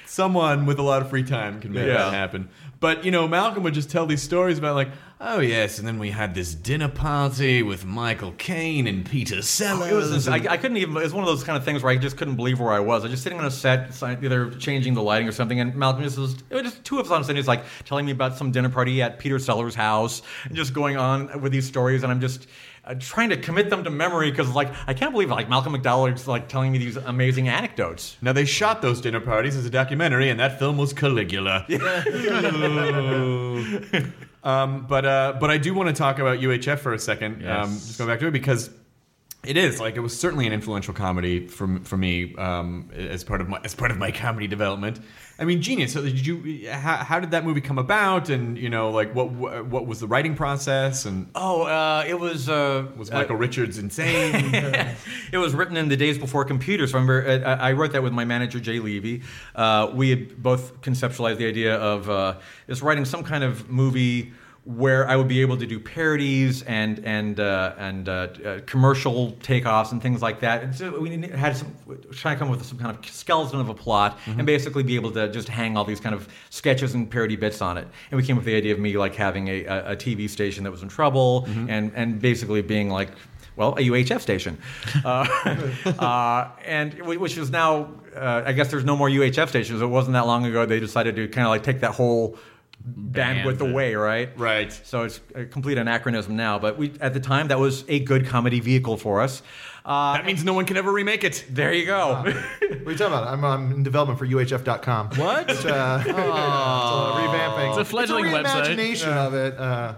S1: someone with a lot of free time can make
S3: Yeah.
S1: that happen. But you know, Malcolm would just tell these stories about like, oh yes, and then we had this dinner party with Michael Caine and Peter Sellers.
S3: Oh, it was. I,
S1: and-
S3: I couldn't even. It was one of those kind of things where I just couldn't believe where I was. I was just sitting on a set, si- either changing the lighting or something, and Malcolm just was. It was just two of us on stage, like telling me about some dinner party at Peter Sellers' house, and just going on with these stories, and I'm just. Uh, trying to commit them to memory because, like, I can't believe like Malcolm McDowell is like telling me these amazing anecdotes.
S1: now they shot those dinner parties as a documentary, and that film was Caligula. Um, but uh, but I do want to talk about UHF for a second. Um, just going back to it because it is like it was certainly an influential comedy from for me um, as part of my as part of my comedy development. I mean, genius. So did you? How, how did that movie come about? And you know, like what what was the writing process? And
S3: Oh, uh, it was uh,
S1: was
S3: uh,
S1: Michael Richards insane?
S3: it was written in the days before computers. Remember, I, I wrote that with my manager Jay Levy. Uh, we had both conceptualized the idea of uh, is writing some kind of movie where I would be able to do parodies and and uh, and uh, uh, commercial takeoffs and things like that. And so we need- had some trying to come up with some kind of skeleton of a plot and basically be able to just hang all these kind of sketches and parody bits on it. And we came up with the idea of me like having a, a, a TV station that was in trouble and and basically being like well, a UHF station, uh, uh, and wh- which is now, uh, I guess there's no more UHF stations. It wasn't that long ago they decided to kind of like take that whole bandwidth
S4: Bandwidth.
S3: away, right?
S1: Right.
S3: So it's a complete anachronism now. But we, at the time, that was a good comedy vehicle for us. Uh,
S1: that means no one can ever remake it. Ah.
S3: there you go.
S2: What are you talking about? I'm, I'm in development for UHF.com. What? It's, uh, it's a revamping. It's
S4: a fledgling
S2: it's a
S4: website.
S2: reimagination of it. Uh,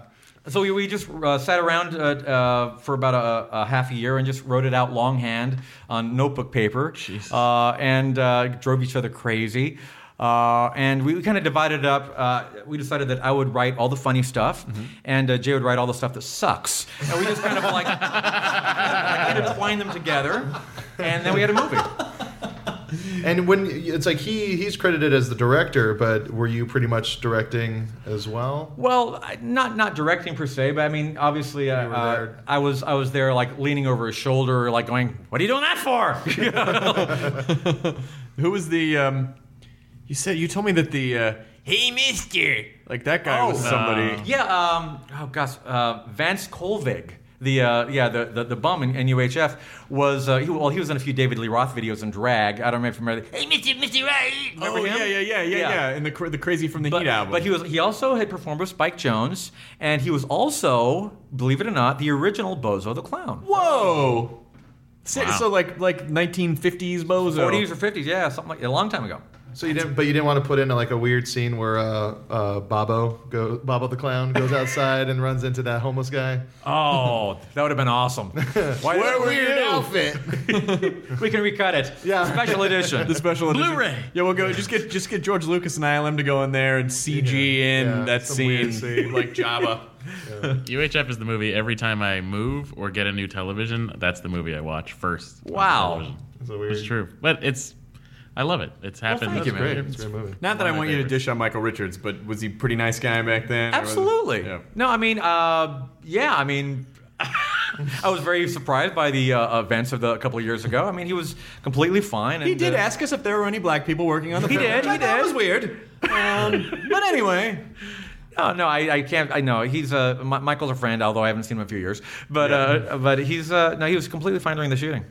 S3: So we, we just uh, sat around uh, uh, for about a, a half a year and just wrote it out longhand on notebook paper, Uh, and uh, drove each other crazy. Uh, and we, we kind of divided up. Uh, we decided that I would write all the funny stuff,
S2: Mm-hmm.
S3: and uh, Jay would write all the stuff that sucks. And we just kind of like, like intertwined them together, and then we had a movie.
S2: and when it's like he he's credited as the director, but were you pretty much directing as well?
S3: Well, I- not not directing per se, but I mean, obviously, uh,
S2: were
S3: uh,
S2: there.
S3: I was I was there like leaning over his shoulder, like going, "What are you doing that for?"
S1: Who was the? Um, you said you told me that the. Uh, hey, Mister. Like that guy was somebody.
S3: Yeah. Um, oh gosh, uh, Vance Kolvig. The uh, yeah the, the the bum in, in UHF was uh, he, well he was in a few David Lee Roth videos in drag. I don't remember. If you remember hey, Mr. Mr. Right. Remember
S1: oh
S3: him?
S1: yeah, yeah, yeah, yeah, yeah, And the cra- the crazy from the
S3: But,
S1: Heat album.
S3: but he was he also had performed with Spike Jones, and he was also believe it or not the original Bozo the Clown.
S1: Whoa. So, so like like 1950s bozo.
S3: 40s or 50s, yeah, something like a long time ago.
S2: So you didn't, but you didn't want to put in like a weird scene where uh, uh, Bobo go, Bobo the clown goes outside and runs into that homeless guy.
S3: Oh, that would have been awesome. Why
S1: Where were you?
S2: outfit.
S3: We can recut it.
S2: Yeah.
S3: Special edition.
S1: The special edition.
S4: Blu-ray.
S1: Yeah, we'll go. Just get just get George Lucas and ILM to go in there and CG in
S2: Yeah,
S1: that
S2: some weird
S1: scene,
S2: scene.
S1: like Jabba.
S4: UHF is the movie. Every time I move or get a new television, that's the movie I watch first. on
S3: Wow.
S4: television.
S2: It's a weird.
S4: It's true, but it's. I love it. It's happened.
S3: thank you,
S2: It's great.
S3: man.
S2: It's a great movie.
S1: Not that I
S4: of my
S1: want you to
S4: favorites.
S1: dish on Michael Richards, but was he a pretty nice guy back then? or was-
S3: Absolutely.
S1: Yeah.
S3: No, I mean, uh, yeah, I mean, I was very surprised by the uh, events of the a couple of years ago. I mean, he was completely fine. And,
S1: He did
S3: uh,
S1: ask us if there were any black people working on the
S3: He
S1: film.
S3: did,
S1: which I
S3: he
S1: thought
S3: did.
S1: was weird. Um, but anyway,
S3: No, no, I, I can't. I know he's uh, Mi- Michael's a friend, although I haven't seen him in a few years. But uh, but he's uh, no, he was completely fine during the shooting.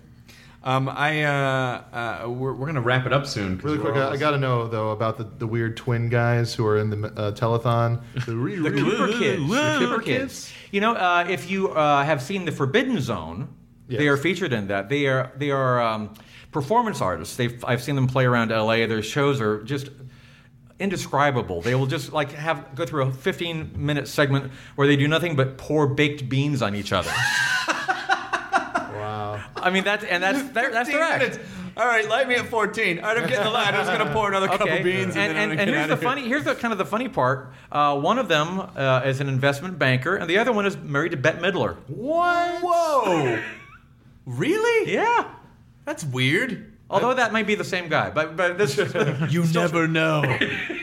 S1: Um, I uh, uh, we're, we're gonna wrap it up soon. 'cause
S2: Really
S1: we're
S2: quick, I,
S1: almost-
S2: I gotta know though about the, the weird twin guys who are in the uh, telethon. The, re-
S3: The
S2: re-
S3: Cooper Kids. The Cooper Kids. You know, uh, if you uh, have seen The Forbidden Zone, they
S2: Yes.
S3: are featured in that. They are they are um, performance artists. They've, I've seen them play around L.A. Their shows are just indescribable. They will just like have go through a 15 minute segment where they do nothing but pour baked beans on each other.
S2: wow.
S3: I mean that's and that's that, that's
S1: 15
S3: their act.
S1: minutes. All right, light me at 14. All right, I'm getting the light. I'm just gonna pour another cup of beans and, then
S3: And, and,
S1: I'm
S3: and,
S1: gonna get
S3: here's
S1: out
S3: the
S1: of here.
S3: funny. Here's the kind of the funny part. Uh, one of them uh, is an investment banker, and the other one is married to Bette Midler.
S1: What? Whoa! really?
S3: Yeah.
S2: uh,
S1: That's weird.
S3: Although that might be the same guy, but but this
S1: You never know.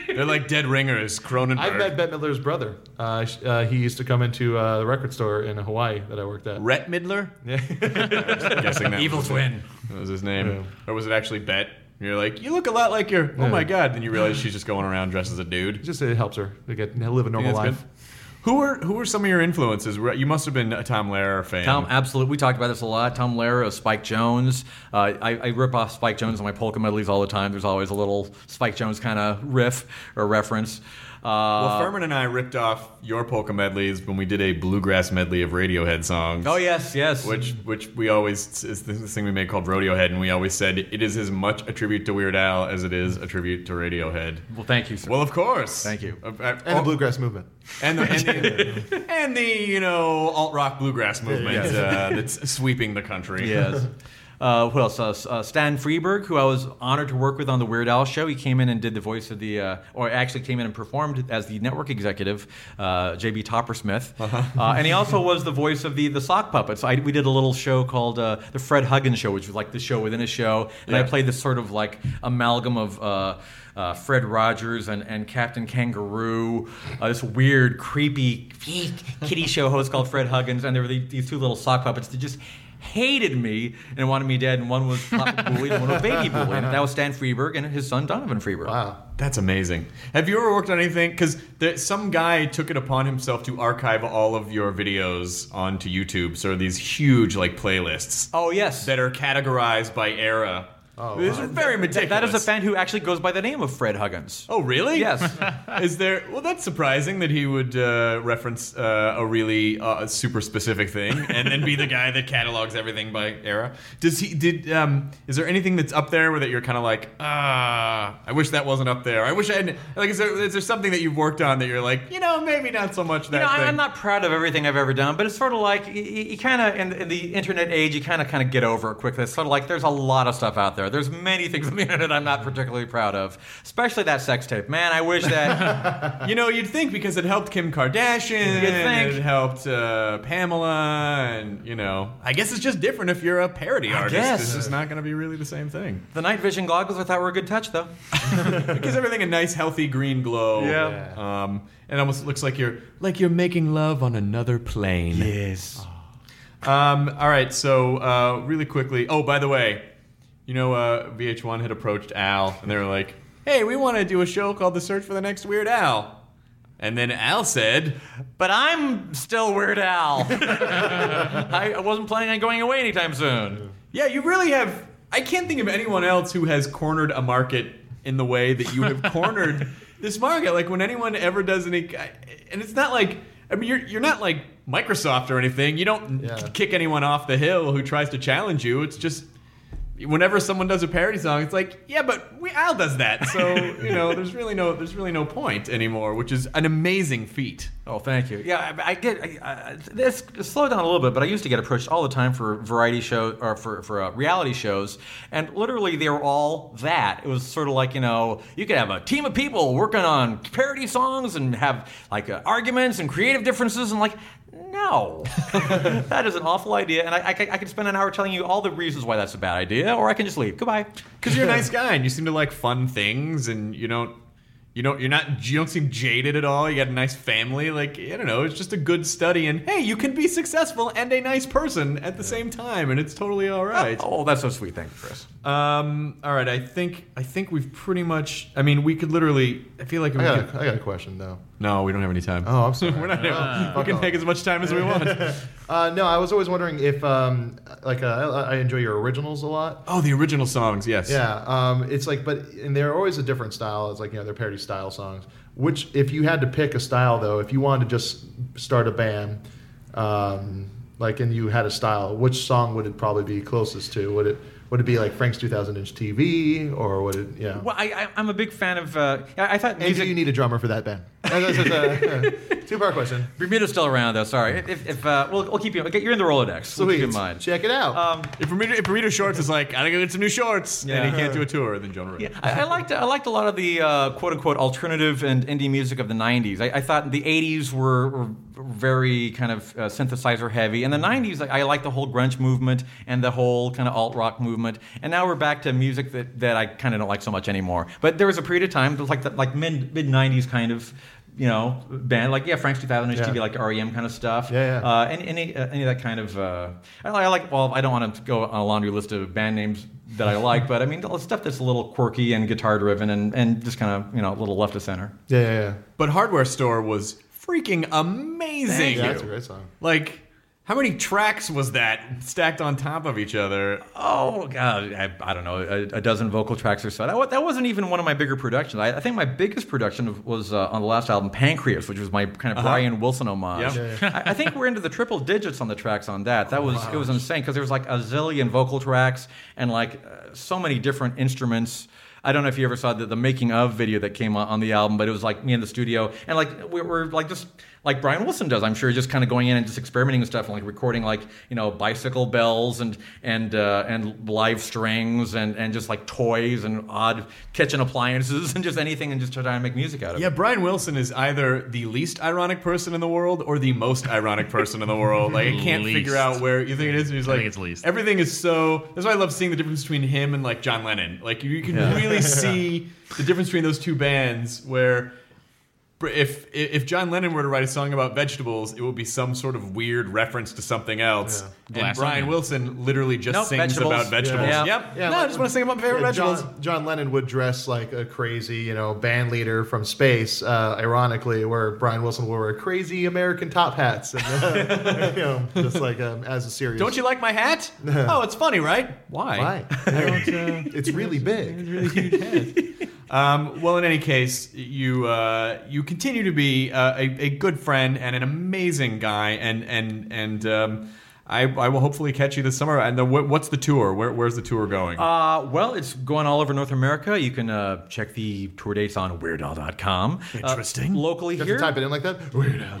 S1: They're like dead ringers, Cronenberg.
S2: I met Bette Midler's brother. Uh, sh- uh, he used to come into uh, the record store in Hawaii that I worked at.
S1: Rhett Midler? Yeah. guessing that. was-
S3: twin.
S1: That was his name. Or was it actually Bet? You're like, you look a lot like your. Oh my god! Then you realize she's just going around dressed as a dude.
S2: Just it helps her to get live a normal
S1: That's
S2: life.
S1: good. Who were who were some of your influences? You must have been a Tom Lehrer fan.
S3: Tom, absolutely. We talked about this a lot. Tom Lehrer, Spike Jones. Uh, I, I rip off Spike Jones on my polka medleys all the time. There's always a little Spike Jones kind of riff or reference. Uh,
S1: Well, Furman and I ripped off your polka medleys when we did a bluegrass medley of Radiohead songs.
S3: oh yes, yes.
S1: Which, which we always is this thing we made called Rodeohead, and we always said it is as much a tribute to Weird Al as it is a tribute to Radiohead.
S3: well, thank you, sir.
S1: Well, of course.
S3: Thank you.
S1: Uh, uh,
S2: And
S1: oh,
S2: the bluegrass movement.
S1: and the, and the, and the, you know alt rock bluegrass movement uh, that's sweeping the country.
S3: Yes. Uh, who else? Uh, S- uh, Stan Freberg, who I was honored to work with on the Weird Al show. He came in and did the voice of the, uh, or actually came in and performed as the network executive, uh, JB Toppersmith. Uh-huh. and he also was the voice of the the sock puppets. I, we did a little show called uh, the Fred Huggins Show, which was like the show within a show. And I
S1: Yeah.
S3: played this sort of like amalgam of. Uh, uh, Fred Rogers and, and Captain Kangaroo, uh, this weird, creepy kitty show host called Fred Huggins, and there were the- these two little sock puppets that just hated me and wanted me dead, and one was Papa Bully and one was Baby Bully. And that was Stan Freberg and his son Donovan Freberg.
S2: Wow.
S1: That's amazing. Have you ever worked on anything? Because some guy took it upon himself to archive all of your videos onto YouTube. So there are these huge like playlists
S3: Oh yes,
S1: that are categorized by era. Oh, this is very
S3: That-
S1: meticulous.
S3: that is a fan who actually goes by the name of Fred Huggins.
S1: Oh, really?
S3: Yes.
S1: is there? Well, that's surprising that he would uh, reference uh, a really uh, super specific thing and then be the guy that catalogs everything by era. Does he? Did? Um, is there anything that's up there where that you're kind of like, ah, I wish that wasn't up there. I wish I had. Like, is there? Is there something that you've worked on that you're like, you know, maybe not so much that
S3: You know, I,
S1: thing.
S3: I'm not proud of everything I've ever done, but it's sort of like you, you kind of in, in the internet age, you kind of kind of get over it quickly. It's sort of like there's a lot of stuff out there. There's many things on the internet I'm not particularly proud of, especially that sex tape. Man, I wish that.
S1: You know, you'd think because it helped Kim Kardashian,
S3: You'd think.
S1: it helped uh, Pamela, and you know, I guess it's just different if you're a parody artist.
S3: guess.
S1: It's just not going to be really the same thing.
S3: the night vision goggles I thought were a good touch, though.
S1: It gives everything a nice, healthy green glow.
S3: Yeah.
S1: Um, it almost looks like you're like you're making love on another plane. Ah.
S3: Yes.
S1: Um, all right, so uh, really quickly. Oh, by the way, you know, uh, VH1 had approached Al, and they were like, "Hey, we want to do a show called The Search for the Next Weird Al." And then Al said,
S3: But I'm still Weird Al. I, I wasn't planning on going away anytime soon.
S1: Yeah, you really have. I can't think of anyone else who has cornered a market in the way that you have cornered this market. Like when anyone ever does any, I- and it's not like I mean you're you're not like Microsoft or anything. You don't
S2: Yeah.
S1: kick anyone off the hill who tries to challenge you. It's just whenever someone does a parody song, it's like yeah, but we Al does that. So you know, there's really no there's really no point anymore, which is an amazing feat.
S3: Oh, thank you. Yeah, I, I get. I, I, this slow down a little bit, but I used to get approached all the time for variety show or for for uh, reality shows, and literally they were all that. It was sort of like you know you could have a team of people working on parody songs and have like uh, arguments and creative differences and like. No, that is an awful idea, and I, I, could- I could spend an hour telling you all the reasons why that's a bad idea, or I can just leave. Goodbye.
S1: Because you're a nice guy and you seem to like fun things, and you don't, you don't, you're not, you don't seem jaded at all. You got a nice family. Like I don't know, it's just a good study. And hey, you can be successful and a nice person at the same time, and it's totally all right.
S3: Oh, that's so sweet. Thank you, Chris.
S1: Um, all right, I think I think we've pretty much. I mean, we could literally. I feel like we
S2: I got,
S1: could.
S2: a, I got a question though.
S1: No, we don't have any time.
S2: Oh, I'm sorry.
S1: We're not. we can
S2: off.
S1: take as much time as we want.
S2: Uh, no, I was always wondering if, um, like, uh, I I enjoy your originals a lot.
S1: oh, the original songs. Yes.
S2: Yeah, um, it's like, but and they're always a different style. It's like you know they're parody style songs. Which, if you had to pick a style though, if you wanted to just start a band, um, like and you had a style, which song would it probably be closest to? Would it would it be like Frank's 2000 inch TV, or would it? Yeah.
S3: Well, I, I, I'm a big fan of. Uh, I I thought
S2: and do
S3: music.
S2: you need a drummer for that band? two part question.
S3: Bermuda's still around though. Sorry, if, if uh, we'll, we'll keep you. Okay, you're in the Rolodex. So we'll keep you in
S2: Sweet.
S3: mind. Um,
S2: Check it out.
S1: If Bermuda, if Bermuda Shorts is like, I gotta get some new shorts, and he can't do a tour, then John Ritter.
S3: I, I liked I liked a lot of the uh, quote unquote alternative and indie music of the '90s. I, I thought the '80s were, were very kind of uh, synthesizer heavy, and the '90s I, I liked the whole grunge movement and the whole kind of alt rock movement. And now we're back to music that, that I kind of don't like so much anymore. But there was a period of time, that was like the, like mid mid '90s kind of. You know, band like yeah, Frank's 2000 yeah.
S2: Yeah.
S3: TV, like REM kind of stuff.
S2: Yeah, yeah.
S3: Uh, any any uh, any of that kind of. Uh, I, li- I like. Well, I don't want to go on a laundry list of band names that I like, but I mean the stuff that's a little quirky and guitar driven and and just kind of you know a little left of center.
S2: yeah, yeah, yeah.
S1: But Hardware Store was freaking amazing.
S2: Yeah, that's a great song.
S1: Like, how many tracks was that stacked on top of each other?
S3: Oh god, I, I don't know, a, a dozen vocal tracks or so. That, wa- that wasn't even one of my bigger productions. I, I think my biggest production was uh, on the last album, Pancreas, which was my kind of Brian Wilson homage.
S1: Yeah.
S3: I, I think we're into the triple digits on the tracks on that. That was it was insane because there was like a zillion vocal tracks and like uh, so many different instruments. I don't know if you ever saw the, the making of video that came on, on the album, but it was like me in the studio and like we were like just like Brian Wilson does, I'm sure, just kind of going in and just experimenting with stuff and like recording like you know bicycle bells and and uh, and live strings and and just like toys and odd kitchen appliances and just anything and just trying to make music out of it.
S1: Yeah, Brian Wilson is either the least ironic person in the world or the most ironic person in the world. Like, I can't
S4: Least.
S1: figure out where you think it is. and He's
S4: I
S1: like,
S4: think it's least.
S1: everything is so. That's why I love seeing the difference between him and like John Lennon. Like, you, you can really see the difference between those two bands. Where if if John Lennon were to write a song about vegetables, it would be some sort of weird reference to something else. And
S4: Glass
S1: Brian
S4: onion.
S1: Wilson literally just
S3: Nope,
S1: sings
S3: vegetables.
S1: about vegetables.
S3: Yeah.
S1: Yep.
S2: Yeah,
S1: no, I
S2: like-
S1: just want to sing about my favorite
S2: Yeah,
S1: vegetables.
S2: John, John Lennon would dress like a crazy, you know, band leader from space, uh, ironically, where Brian Wilson wore a crazy American top hats, and, uh, you know, just like um, as a serious.
S1: Don't you like my hat? oh, it's funny, right? Why?
S2: Why? it's really big.
S1: Um, well, in any case, you uh, you continue to be uh, a, a good friend and an amazing guy, and and and um, I, I will hopefully catch you this summer. And the, wh- what's the tour? Where, where's the tour going?
S3: Uh, well, it's going all over North America. You can uh, check the tour dates on weirdall.com. Interesting. Uh, locally
S2: You have
S3: here.
S2: to type it in like that. Weird Al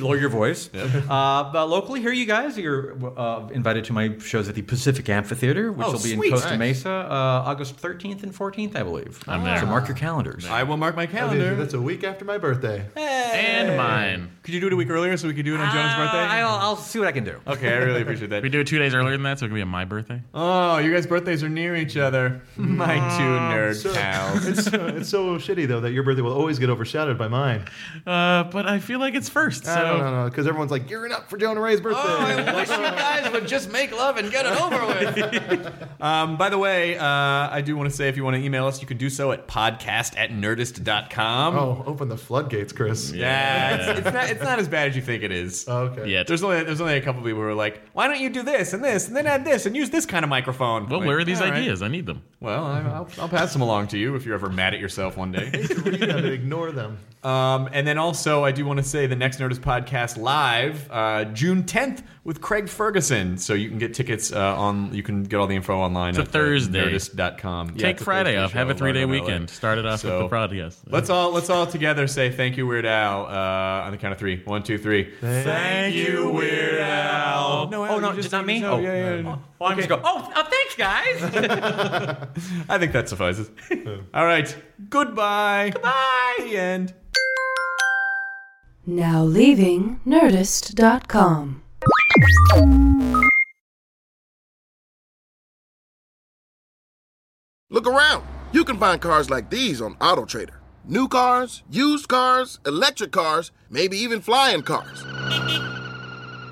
S3: Lower your voice. Uh, but locally here, you guys, you're uh, invited to my shows at the Pacific Amphitheater, which
S1: Oh,
S3: will be
S1: sweet.
S3: in Costa
S2: Nice.
S3: Mesa, uh, August 13th and 14th, I believe.
S4: I'm there.
S3: So mark your calendars.
S1: I will mark my calendar.
S2: That's a week after my birthday.
S4: And mine.
S1: could you do it a week earlier so we could do it on Jonah's
S3: Uh,
S1: birthday?
S3: I'll, I'll see what I can do.
S1: okay, I really appreciate
S4: We
S1: that.
S4: do it two days earlier than that, so it could be on my birthday.
S1: Oh, you guys' birthdays are near each other. My two nerd pals.
S2: It's, Uh, it's so shitty though that your birthday will always get overshadowed by mine.
S4: Uh, but I feel like it's first. So
S2: I don't know because everyone's like gearing up for Jonah Ray's birthday.
S1: wish you guys would just make love and get it over with. um, by the way, uh, I do want to say if you want to email us, you can do so at podcast at nerdist.com.
S2: oh, open the floodgates, Chris.
S1: Yeah, It's, it's not it's not as bad as you think it is.
S2: Oh, okay.
S4: yet.
S1: There's only there's only a couple people who are like, why don't you do this and this and then add this and use this kind of microphone?
S4: Well,
S1: Like,
S4: where are these
S1: all right.
S4: ideas? I need them.
S1: Well, I, I'll, I'll pass them along to you if you're ever mad at yourself one day.
S2: You read them and ignore them.
S1: Um, and then also, I do want to say the next Nerdist podcast live uh, June 10th with Craig Ferguson. So you can get tickets uh, on. You can get all the info online.
S4: It's a
S1: at uh,
S4: Thursday.
S1: Nerdist.com. Yeah,
S4: Take
S1: it's a
S4: Friday
S1: Thursday
S4: off. Have
S1: show
S4: a three day
S1: live in LA.
S4: weekend. Start it off
S1: So-
S4: with the podcast.
S1: Let's all let's all together say thank you, Weird Al, uh, on the count of three. One, two, three. Thank you, Weird Al. No,
S3: Oh, no, just not me?
S1: Oh,
S3: Oh,
S1: yeah, yeah.
S3: Well, I'm just going, oh, uh, thanks, guys.
S1: I think that suffices. all right. Goodbye. Goodbye. The end.
S7: Now leaving Nerdist.com.
S6: Look around. You can find cars like these on AutoTrader. New cars, used cars, electric cars, maybe even flying cars.